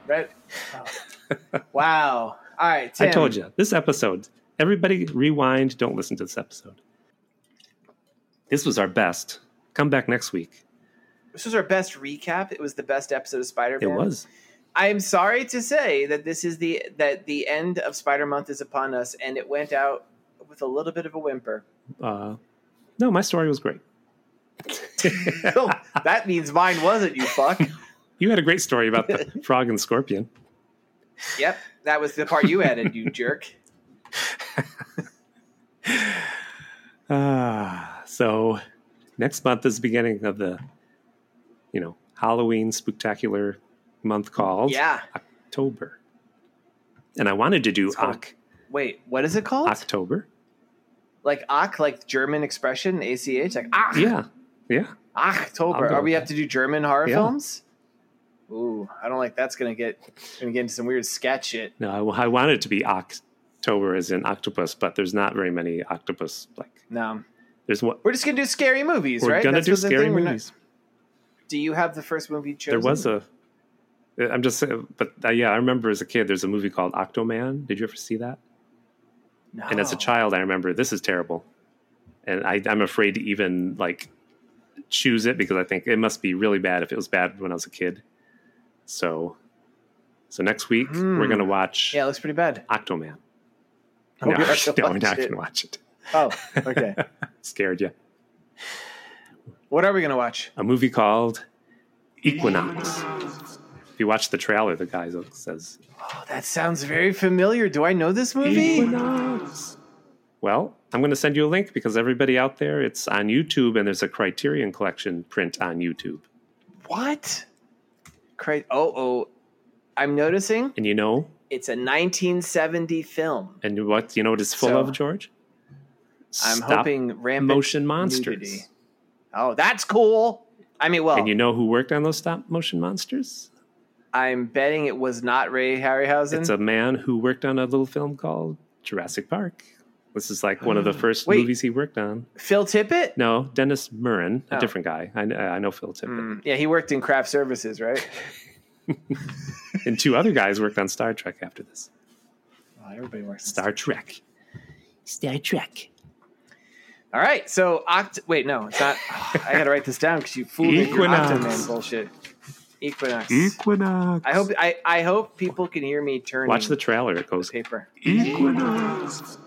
A: right. Oh. Wow. All right, Tim.
B: I told you this episode. Everybody, rewind. Don't listen to this episode. This was our best. Come back next week.
A: This was our best recap. It was the best episode of Spider
B: It
A: Man.
B: was.
A: I'm sorry to say that this is the that the end of Spider Month is upon us, and it went out with a little bit of a whimper.
B: Uh, no, my story was great.
A: Oh, that means mine wasn't, you fuck.
B: You had a great story about the frog and scorpion.
A: Yep, that was the part you added, you jerk.
B: Ah, so next month is the beginning of the, you know, Halloween spectacular month called
A: Yeah.
B: October. And I wanted to do
A: called-
B: Oc-
A: Wait, what is it called?
B: October.
A: like ach, like German expression, ach, like ach,
B: Yeah. Yeah.
A: ach,
B: I'll
A: Tober.
B: go
A: Are we
B: with
A: have to do German horror
B: Yeah.
A: films? Ooh, I don't like that's gonna get gonna get into some weird scat shit.
B: No, I, I want it to be October as in octopus, but there's not very many octopus. Like,
A: No,
B: there's what
A: we're just gonna do scary movies,
B: we're
A: right?
B: gonna
A: That's
B: do
A: what the
B: scary
A: thing, we're not-
B: movies.
A: do you have the first movie chosen?
B: There was a. I'm just, saying- but uh, yeah, I remember as a kid, there's a movie called Octoman. Did you ever see that?
A: no.
B: And as a child, I remember this is terrible, and I, I'm afraid to even like choose it because I think it must be really bad if it was bad when I was a kid. So, so next week we're
A: Hmm.
B: gonna watch
A: yeah, it looks pretty bad.
B: Octoman.
A: Oh,
B: no,
A: we have to
B: no, we're
A: watch
B: not
A: it.
B: gonna watch it.
A: Oh, okay.
B: Scared you.
A: what are we gonna watch?
B: a movie called Equinox. If you watch the trailer, the guy says
A: Oh, that sounds very familiar. Do I know this movie?
B: Equinox. Well, I'm going to send you a link because everybody out there, it's on YouTube, and there's a Criterion Collection print on YouTube.
A: What? Crazy. Oh, oh. I'm noticing
B: And you know,
A: it's a 1970 film.
B: and what you know, what it's full
A: So-
B: of, George.
A: I'm
B: Stop
A: hoping rampant
B: motion monsters.
A: nudity. Oh, that's cool. I mean, well,
B: And you know who worked on those stop motion monsters?
A: I'm betting it was not Ray Harryhausen.
B: It's a man who worked on a little film called Jurassic Park. This is like one of the first
A: Wait.
B: movies he worked on.
A: Phil Tippett.
B: No, Dennis Murren, a
A: Oh.
B: different guy. I, kn- I know Phil Tippett.
A: Mm, yeah, he worked in craft services, right?
B: And two other guys worked on Star Trek after this.
A: Oh, everybody works.
B: Star Trek. Star Trek.
A: All right, so oct. Wait, no, it's not. I gotta write this down because you fooled me. with your
B: Equinox. Hmm?
A: Octoman bullshit. Equinox.
B: Equinox.
A: I hope I, I hope people can hear me turning
B: Watch the trailer. It
A: the
B: goes.
A: paper.
B: Equinox.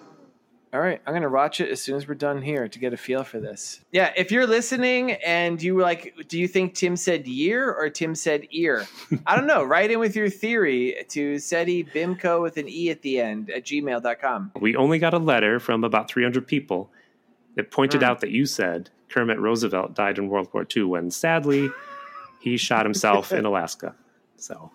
A: All right, I'm gonna watch it as soon as we're done here to get a feel for this. Yeah, if you're listening and you were like, do you think Tim said year or Tim said ear? I don't know. Write in with your theory to SETI Bimco with an E at the end at gmail.com.
B: We only got a letter from about 300 people that pointed
A: Mm.
B: out that you said Kermit Roosevelt died in World War II when sadly he shot himself in Alaska. So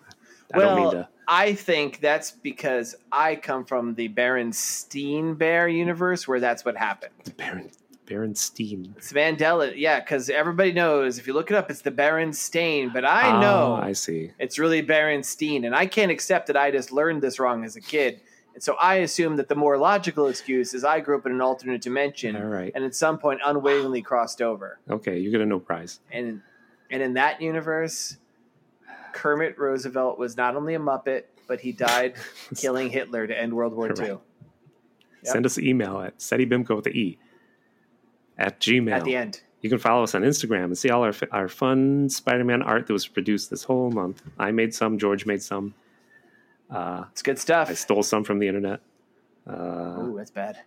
B: I
A: well,
B: don't mean to.
A: I think that's because I come from the Berenstein Bear universe where that's what happened.
B: Baron, Baron Steen.
A: It's Mandela, yeah, because everybody knows if you look it up, it's the Berenstain, but I know.
B: Ah, I see.
A: It's really Berenstein. And I can't accept that I just learned this wrong as a kid. And so I assume that the more logical excuse is I grew up in an alternate dimension
B: All right.
A: and at some point unwittingly crossed over.
B: Okay, you get a no prize.
A: And and in that universe, Kermit Roosevelt was not only a Muppet, but he died killing Hitler to end World War II.
B: Correct. Send us an email at SETIBIMCO with the E at Gmail.
A: At the end.
B: You can follow us on Instagram and see all our, our fun Spider Man art that was produced this whole month. I made some, George made some. Uh,
A: It's good stuff.
B: I stole some from the internet. Uh,
A: Ooh, that's bad.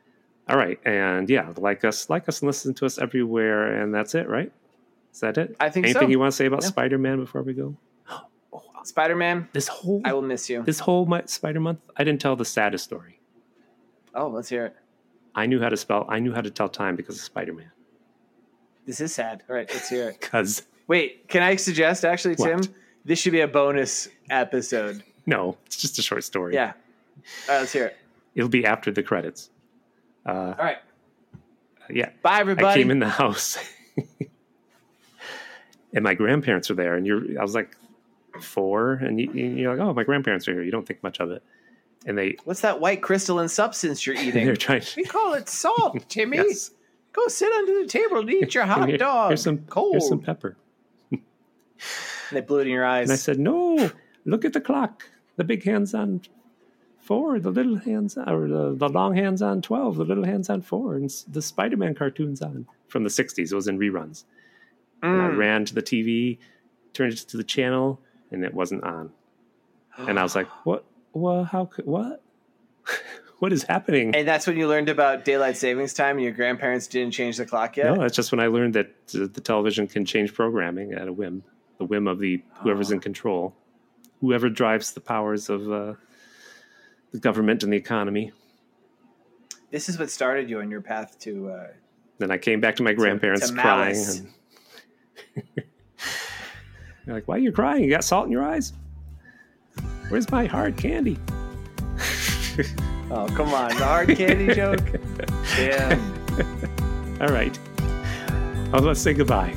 B: all right. And yeah, like us, like us, and listen to us everywhere. And that's it, right? Is that it?
A: I think
B: Anything
A: so.
B: you want to say about
A: Yeah.
B: Spider Man before we go?
A: Spider Man,
B: This whole
A: I will miss you.
B: this whole Spider Month, I didn't tell the saddest story.
A: Oh, let's hear it.
B: I knew how to spell, I knew how to tell time because of Spider Man.
A: This is sad. All right, let's hear it.
B: Because
A: Wait, can I suggest actually, Tim?
B: What?
A: This should be a bonus episode.
B: No, it's just a short story.
A: Yeah. All right, let's hear it.
B: It'll be after the credits. Uh,
A: All right.
B: yeah.
A: Bye,
B: I
A: everybody.
B: came in the house and my grandparents were there. And you're, I was like four. And you, you're like, oh, my grandparents are here. You don't think much of it. And they,
A: What's that white crystalline substance you're
B: they're
A: eating?
B: trying
A: we
B: to.
A: call it salt, Timmy.
B: Yes.
A: Go sit under the table and eat your hot
B: Here-
A: dog.
B: here's some
A: cold.
B: Here's some pepper.
A: and they blew it in your eyes.
B: And I said, no, look at the clock. The big hand's on four, the little hand's on, or the, the long hand's on 12, the little hand's on four. And s- the Spider Man cartoon's on from the 60s. It was in reruns. And I
A: Mm.
B: ran to the TV, turned it to the channel, and it wasn't on. And I was like, "What? Well, how? c- What? what is happening?"
A: And that's when you learned about daylight savings time and your grandparents didn't change the clock yet?
B: No, that's just when I learned that uh, the television can change programming at a whim, the whim of the whoever's
A: Ah.
B: in control, whoever drives the powers of uh, the government and the economy.
A: This is what started you on your path to. Uh,
B: Then I came back to my grandparents
A: to
B: crying.
A: malice.
B: And They're like, "Why are you crying? You got salt in your eyes? Where's my hard candy?"
A: oh, come on. The hard candy joke? Damn.
B: All right. Oh, let's say goodbye.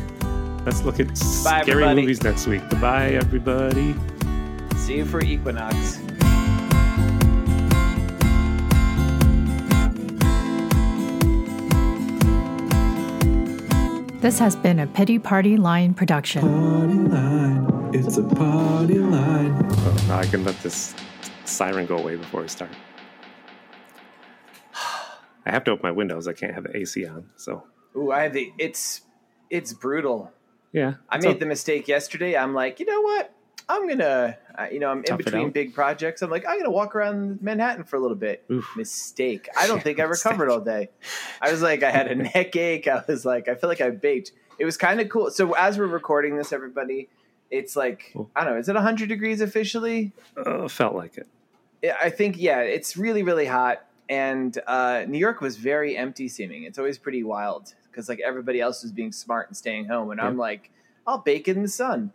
B: Let's look at
A: Bye,
B: scary
A: everybody.
B: movies next week. Goodbye, everybody.
A: See you for Equinox.
C: This has been a Pity Party Line production.
E: Party line, it's a party line.
B: Oh, now I can let this siren go away before we start. I have to open my windows. I can't have the AC on. So,
A: Ooh, I have the it's it's brutal.
B: yeah.
A: I
B: it's
A: made
B: o-
A: the mistake yesterday. I'm like, you know what? I'm gonna, uh, you know, I'm in
B: Tough it
A: between
B: out.
A: big projects. I'm like, I'm gonna walk around Manhattan for a little bit.
B: Oof.
A: Mistake. I don't
B: Yeah,
A: think I recovered
B: mistake.
A: all day. I was like, I had a neck ache. I was like, I feel like I baked. It was kind of cool. So as we're recording this, everybody, it's like
B: Cool.
A: I don't know. Is it 100 degrees officially?
B: Oh, felt like it.
A: Yeah, I think yeah, it's really really hot, and uh, New York was very empty seeming. It's always pretty wild because like everybody else was being smart and staying home, and I'm like, I'll bake in the sun.